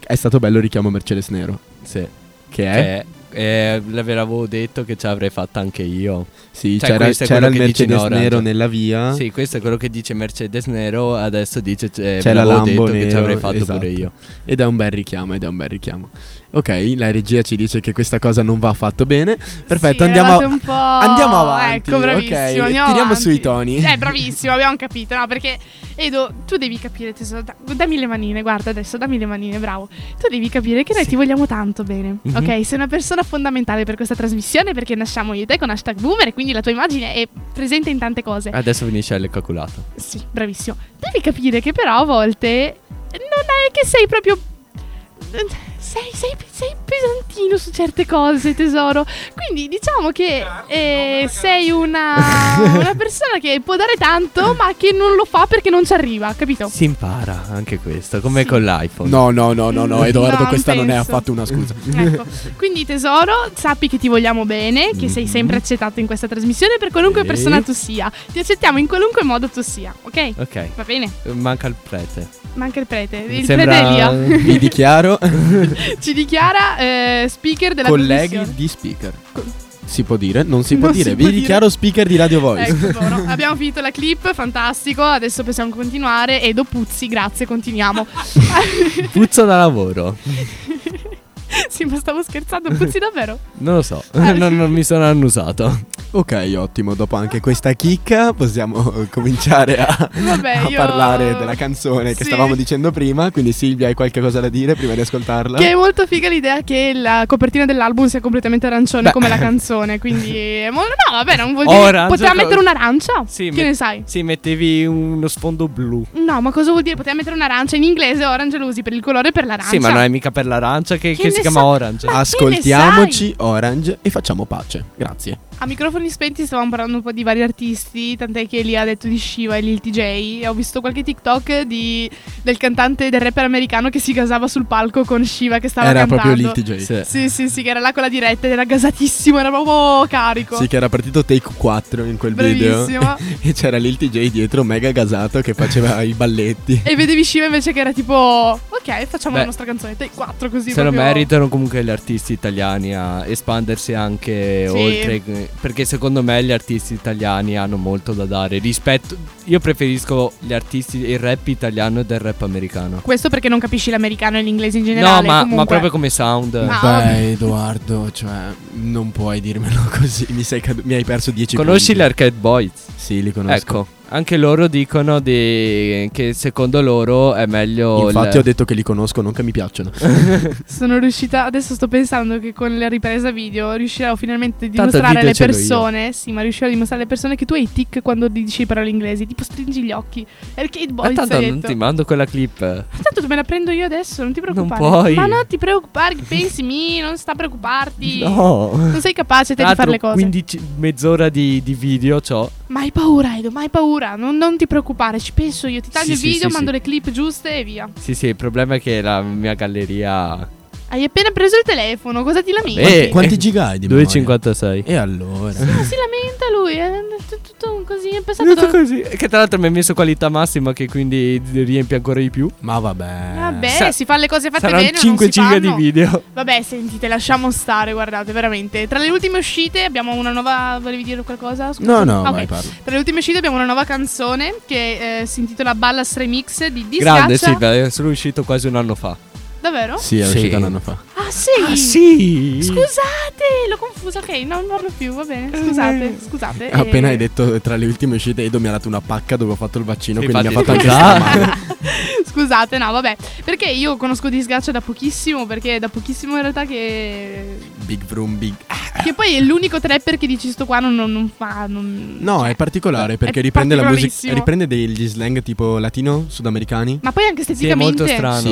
[SPEAKER 4] È stato bello il richiamo Mercedes Nero.
[SPEAKER 3] Sì.
[SPEAKER 4] Che è?
[SPEAKER 3] Cioè, eh, ve l'avevo detto che ce l'avrei fatta anche io.
[SPEAKER 4] Sì,
[SPEAKER 3] Cioè,
[SPEAKER 4] c'era-
[SPEAKER 3] questo è
[SPEAKER 4] c'era
[SPEAKER 3] quello
[SPEAKER 4] il
[SPEAKER 3] che dice in
[SPEAKER 4] Mercedes
[SPEAKER 3] Orange.
[SPEAKER 4] nero nella via.
[SPEAKER 3] Sì, questo è quello che dice Mercedes Nero. Adesso dice eh,
[SPEAKER 4] C'è
[SPEAKER 3] ve
[SPEAKER 4] la Lambo
[SPEAKER 3] l'avevo detto che
[SPEAKER 4] nero,
[SPEAKER 3] ci avrei fatto
[SPEAKER 4] esatto.
[SPEAKER 3] pure io.
[SPEAKER 4] Ed è un bel richiamo, ed è un bel richiamo. Ok, la regia ci dice che questa cosa non va affatto bene. Perfetto,
[SPEAKER 2] Sì,
[SPEAKER 4] andiamo,
[SPEAKER 2] eravate un po'-
[SPEAKER 4] andiamo avanti.
[SPEAKER 2] Ecco, bravissimo.
[SPEAKER 4] ok,
[SPEAKER 2] andiamo
[SPEAKER 4] tiriamo
[SPEAKER 2] avanti.
[SPEAKER 4] sui toni.
[SPEAKER 2] Eh, bravissimo, abbiamo capito. No, perché Edo, tu devi capire, tesoro, da- dammi le manine, guarda adesso, dammi le manine, bravo. Tu devi capire che noi ti vogliamo tanto bene.
[SPEAKER 6] Mhm.
[SPEAKER 2] Ok, sei una persona fondamentale per questa trasmissione perché nasciamo io e te con hashtag boomer e quindi la tua immagine è presente in tante cose.
[SPEAKER 3] Adesso finisce le calcolate.
[SPEAKER 2] Sì, bravissimo. Devi capire che però a volte non è che sei proprio... Sei, sei- sei pesantino su certe cose, tesoro. Quindi diciamo che eh, sei una, una persona che può dare tanto, ma che non lo fa perché non ci arriva, capito?
[SPEAKER 3] Si impara anche questo, come con l'iPhone.
[SPEAKER 4] No, no, no, no, no, Edoardo,
[SPEAKER 2] No, non
[SPEAKER 4] questa non è
[SPEAKER 2] penso.
[SPEAKER 4] affatto una scusa.
[SPEAKER 2] Ecco. Quindi tesoro, sappi che ti vogliamo bene, che
[SPEAKER 4] Mm-hmm.
[SPEAKER 2] sei sempre accettato in questa trasmissione per qualunque
[SPEAKER 3] Sì.
[SPEAKER 2] persona tu sia. Ti accettiamo in qualunque modo tu sia, ok?
[SPEAKER 3] Ok.
[SPEAKER 2] Va bene?
[SPEAKER 3] Manca il prete.
[SPEAKER 2] Manca il prete.
[SPEAKER 3] Mi
[SPEAKER 2] Il
[SPEAKER 3] sembra-
[SPEAKER 2] prete Elia.
[SPEAKER 4] Vi dichiaro
[SPEAKER 2] Ci dichiara eh, speaker della
[SPEAKER 4] colleghi
[SPEAKER 2] commissione.
[SPEAKER 4] di speaker. Si può dire? Non si può
[SPEAKER 2] Non
[SPEAKER 4] dire.
[SPEAKER 2] si
[SPEAKER 4] Vi
[SPEAKER 2] può
[SPEAKER 4] dichiaro
[SPEAKER 2] dire.
[SPEAKER 4] speaker di Radio Voice.
[SPEAKER 2] Ecco, buono. abbiamo finito la clip, fantastico. Adesso possiamo continuare. Edo Puzzi, grazie, continuiamo. Ecco.
[SPEAKER 3] Puzza da lavoro.
[SPEAKER 2] sì, ma stavo scherzando, Puzzi davvero?
[SPEAKER 3] Non lo so,
[SPEAKER 2] Ah,
[SPEAKER 3] non, non mi sono annusato.
[SPEAKER 4] Ok, ottimo. Dopo anche questa chicca possiamo cominciare a,
[SPEAKER 2] Vabbè,
[SPEAKER 4] a
[SPEAKER 2] io-
[SPEAKER 4] parlare della canzone che
[SPEAKER 2] Sì.
[SPEAKER 4] stavamo dicendo prima. Quindi Silvia, hai qualche cosa da dire prima di ascoltarla?
[SPEAKER 2] Che è molto figa l'idea che la copertina dell'album sia completamente arancione
[SPEAKER 4] Beh.
[SPEAKER 2] come la canzone, quindi è mo- no, vabbè, non vuol dire
[SPEAKER 3] Orange
[SPEAKER 2] poteva
[SPEAKER 3] cosa?
[SPEAKER 2] mettere un'arancia?
[SPEAKER 3] Sì,
[SPEAKER 2] che
[SPEAKER 3] met-
[SPEAKER 2] ne sai?
[SPEAKER 3] Sì, mettevi uno sfondo blu.
[SPEAKER 2] No, ma cosa vuol dire? Poteva mettere un'arancia in inglese orange lo usi per il colore e per l'arancia.
[SPEAKER 3] Sì, ma non è mica per l'arancia che,
[SPEAKER 2] Che
[SPEAKER 3] che
[SPEAKER 2] ne
[SPEAKER 3] si chiama
[SPEAKER 2] so-
[SPEAKER 3] Orange.
[SPEAKER 2] Ma che ne
[SPEAKER 4] Ascoltiamoci Orange e facciamo pace. Cioè, Grazie.
[SPEAKER 2] A microfoni spenti stavamo parlando un po' di vari artisti, tant'è che lì ha detto di Shiva e Lil TJ. Ho visto qualche TikTok di- del cantante del rapper americano che si gasava sul palco con Shiva che stava
[SPEAKER 4] Era
[SPEAKER 2] cantando.
[SPEAKER 4] proprio Lil TJ. Sì.
[SPEAKER 2] Sì, sì, sì, che era là con la diretta ed era gasatissimo, era proprio carico.
[SPEAKER 4] Sì, che era partito take 4 in quel video.
[SPEAKER 2] Bravissimo.
[SPEAKER 4] e c'era Lil TJ dietro, mega gasato, che faceva i balletti.
[SPEAKER 2] E vedevi Shiva invece che era tipo, ok, facciamo
[SPEAKER 3] Beh,
[SPEAKER 2] la nostra canzone, take 4 così.
[SPEAKER 3] Se lo
[SPEAKER 2] proprio-
[SPEAKER 3] meritano comunque gli artisti italiani a espandersi anche
[SPEAKER 2] Sì.
[SPEAKER 3] oltre. Perché secondo me gli artisti italiani hanno molto da dare. Rispetto. Io preferisco gli artisti, il rap italiano del rap americano.
[SPEAKER 2] Questo perché non capisci l'americano e l'inglese in
[SPEAKER 3] No,
[SPEAKER 2] generale.
[SPEAKER 3] ma, ma
[SPEAKER 2] comunque.
[SPEAKER 3] proprio come sound.
[SPEAKER 2] Ah,
[SPEAKER 4] Eh, Beh, Edoardo, cioè, non puoi dirmelo così. Mi, sei cadu- mi hai perso 10
[SPEAKER 3] Conosci gli
[SPEAKER 4] punti.
[SPEAKER 3] Arcade Boys?
[SPEAKER 4] Sì, li conosco.
[SPEAKER 3] Ecco, anche loro dicono di- che secondo loro è meglio.
[SPEAKER 4] Infatti,
[SPEAKER 3] il-
[SPEAKER 4] ho detto che li conosco, non che mi piacciono. Eh,
[SPEAKER 2] Sono riuscita, adesso sto pensando che con la ripresa video riuscirò finalmente a
[SPEAKER 4] Tanto il
[SPEAKER 2] dimostrare
[SPEAKER 4] video
[SPEAKER 2] alle
[SPEAKER 4] ce l'ho
[SPEAKER 2] persone, sì, ma riuscirò a dimostrare alle persone che tu hai i tic quando dici parole inglesi, tipo stringi gli occhi. Arcade
[SPEAKER 3] Ma
[SPEAKER 2] Boys
[SPEAKER 3] Eh, tanto
[SPEAKER 2] hai
[SPEAKER 3] non
[SPEAKER 2] detto.
[SPEAKER 3] ti mando quella clip.
[SPEAKER 2] Tanto me la prendo io adesso, non ti preoccupare.
[SPEAKER 3] puoi.
[SPEAKER 2] Ma non ti preoccupare, che pensi mi, non sta a preoccuparti.
[SPEAKER 3] No.
[SPEAKER 2] Non sei capace te
[SPEAKER 3] Tra
[SPEAKER 2] di fare le
[SPEAKER 3] l'altro,
[SPEAKER 2] cose.
[SPEAKER 3] 15 mezz'ora di, di video, ciò.
[SPEAKER 2] Ma hai paura, Edo, ma hai paura. Non, non ti preoccupare, ci penso io. Ti taglio
[SPEAKER 3] Sì, sì,
[SPEAKER 2] il video,
[SPEAKER 3] sì,
[SPEAKER 2] mando
[SPEAKER 3] sì.
[SPEAKER 2] le clip giuste e via.
[SPEAKER 3] Sì, sì, il problema è che la mia galleria.
[SPEAKER 2] Hai appena preso il telefono, cosa ti lamenti?
[SPEAKER 3] Eh,
[SPEAKER 4] quanti giga hai di
[SPEAKER 3] 256.
[SPEAKER 4] E allora?
[SPEAKER 2] No, si lamenta lui, è t- tutto un così, è passato da-
[SPEAKER 3] Che tra l'altro mi ha messo qualità massima, che quindi riempie ancora di più.
[SPEAKER 4] Ma vabbè.
[SPEAKER 2] Vabbè, si fa le cose fatte
[SPEAKER 3] Saranno
[SPEAKER 2] bene,
[SPEAKER 3] 5
[SPEAKER 2] non si
[SPEAKER 3] giga
[SPEAKER 2] fanno.
[SPEAKER 3] di video.
[SPEAKER 2] Vabbè, sentite, lasciamo stare, guardate, veramente. Tra le ultime uscite abbiamo una nuova. Volevi dire qualcosa? Scusa.
[SPEAKER 4] No, no,
[SPEAKER 2] Ah, ok.
[SPEAKER 4] vai, parla.
[SPEAKER 2] Tra le ultime uscite abbiamo una nuova canzone che eh, si intitola Ballas Remix di Discaccia.
[SPEAKER 3] Grande, sì, beh, sono uscito quasi un anno fa.
[SPEAKER 2] Davvero?
[SPEAKER 4] Sì, è uscito un anno fa.
[SPEAKER 2] Ah, sì.
[SPEAKER 3] Ah, sì.
[SPEAKER 2] Scusate, l'ho confusa. Ok, no, non parlo più, va bene. Scusate, scusate.
[SPEAKER 4] Appena
[SPEAKER 2] eh.
[SPEAKER 4] hai detto tra le ultime uscite, Edo mi ha dato una pacca dove ho fatto il vaccino, quindi mi ha fatto
[SPEAKER 3] infatti,
[SPEAKER 4] anche
[SPEAKER 3] già.
[SPEAKER 4] male.
[SPEAKER 2] Scusate, no, vabbè. Perché io conosco Disgaccia da pochissimo, perché è da pochissimo in realtà che.
[SPEAKER 4] Big vroom, big.
[SPEAKER 2] Che poi è l'unico trapper che dici sto qua non, non- non fa. non-
[SPEAKER 4] No, è particolare perché
[SPEAKER 2] è
[SPEAKER 4] riprende la musica.
[SPEAKER 2] particolarissimo.
[SPEAKER 4] Riprende degli slang tipo latino, sudamericani.
[SPEAKER 2] Ma poi anche esteticamente.
[SPEAKER 4] Sì,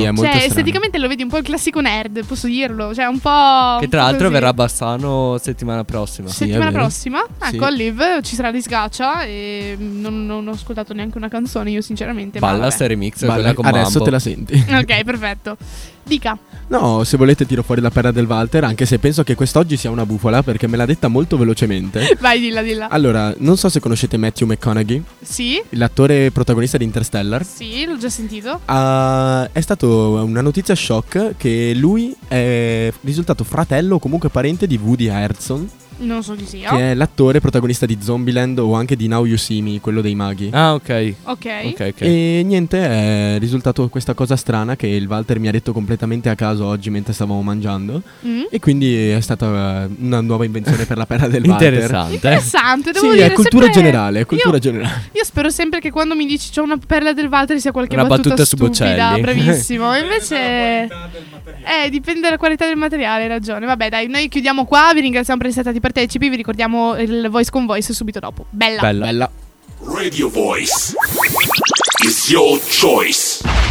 [SPEAKER 4] è molto
[SPEAKER 2] cioè,
[SPEAKER 4] strano.
[SPEAKER 2] esteticamente lo vedi un po' il classico nerd, posso dirlo. Cioè, un po'.
[SPEAKER 3] Che
[SPEAKER 2] un
[SPEAKER 3] tra
[SPEAKER 2] po'
[SPEAKER 3] l'altro
[SPEAKER 2] così.
[SPEAKER 3] verrà Bassano settimana prossima. eh.
[SPEAKER 2] Settimana prossima,
[SPEAKER 3] Sì.
[SPEAKER 2] ecco, a Live ci sarà Disgaccia. E non, non ho ascoltato neanche una canzone, io, sinceramente. ma
[SPEAKER 3] Balla
[SPEAKER 2] vabbè.
[SPEAKER 3] sta remix
[SPEAKER 4] Balla-
[SPEAKER 3] quella con
[SPEAKER 4] adesso
[SPEAKER 3] Mambo.
[SPEAKER 4] te la senti.
[SPEAKER 2] Ok, perfetto. Dica.
[SPEAKER 4] No, se volete tiro fuori la perla del Walter, anche se penso che quest'oggi sia una bufola perché me l'ha detta molto velocemente.
[SPEAKER 2] Vai, dilla, dilla.
[SPEAKER 4] Allora, non so se conoscete Matthew McConaughey,
[SPEAKER 2] Sì?
[SPEAKER 4] l'attore protagonista di Interstellar.
[SPEAKER 2] Sì, l'ho già sentito.
[SPEAKER 4] Ah, è stata una notizia shock che lui è risultato fratello o comunque parente di Woody Harrelson,
[SPEAKER 2] Non so chi sia.
[SPEAKER 4] che è l'attore protagonista di Zombieland o anche di Now You See Me, quello dei maghi.
[SPEAKER 3] Ah, ok.
[SPEAKER 2] Ok.
[SPEAKER 4] E niente, è risultato questa cosa strana che il Walter mi ha detto completamente a caso oggi mentre stavamo mangiando.
[SPEAKER 2] Mm.
[SPEAKER 4] E quindi è stata eh, una nuova invenzione per la perla del Walter.
[SPEAKER 3] Interessante.
[SPEAKER 2] Interessante, devo
[SPEAKER 4] sì,
[SPEAKER 2] dire.
[SPEAKER 4] è cultura
[SPEAKER 2] sempre-
[SPEAKER 4] generale, è cultura
[SPEAKER 2] io-
[SPEAKER 4] generale.
[SPEAKER 2] Io spero sempre che quando mi dici c'è una perla del Walter sia qualche
[SPEAKER 3] Una
[SPEAKER 2] battuta,
[SPEAKER 3] battuta su
[SPEAKER 2] stupida,
[SPEAKER 3] Bocelli.
[SPEAKER 2] bravissimo. Invece eh, dipende dalla qualità del materiale, hai ragione. Vabbè, dai, noi chiudiamo qua, vi ringraziamo per essere stati partecipi, vi ricordiamo il voice con voice subito dopo. Bella.
[SPEAKER 1] Radio voice is your choice.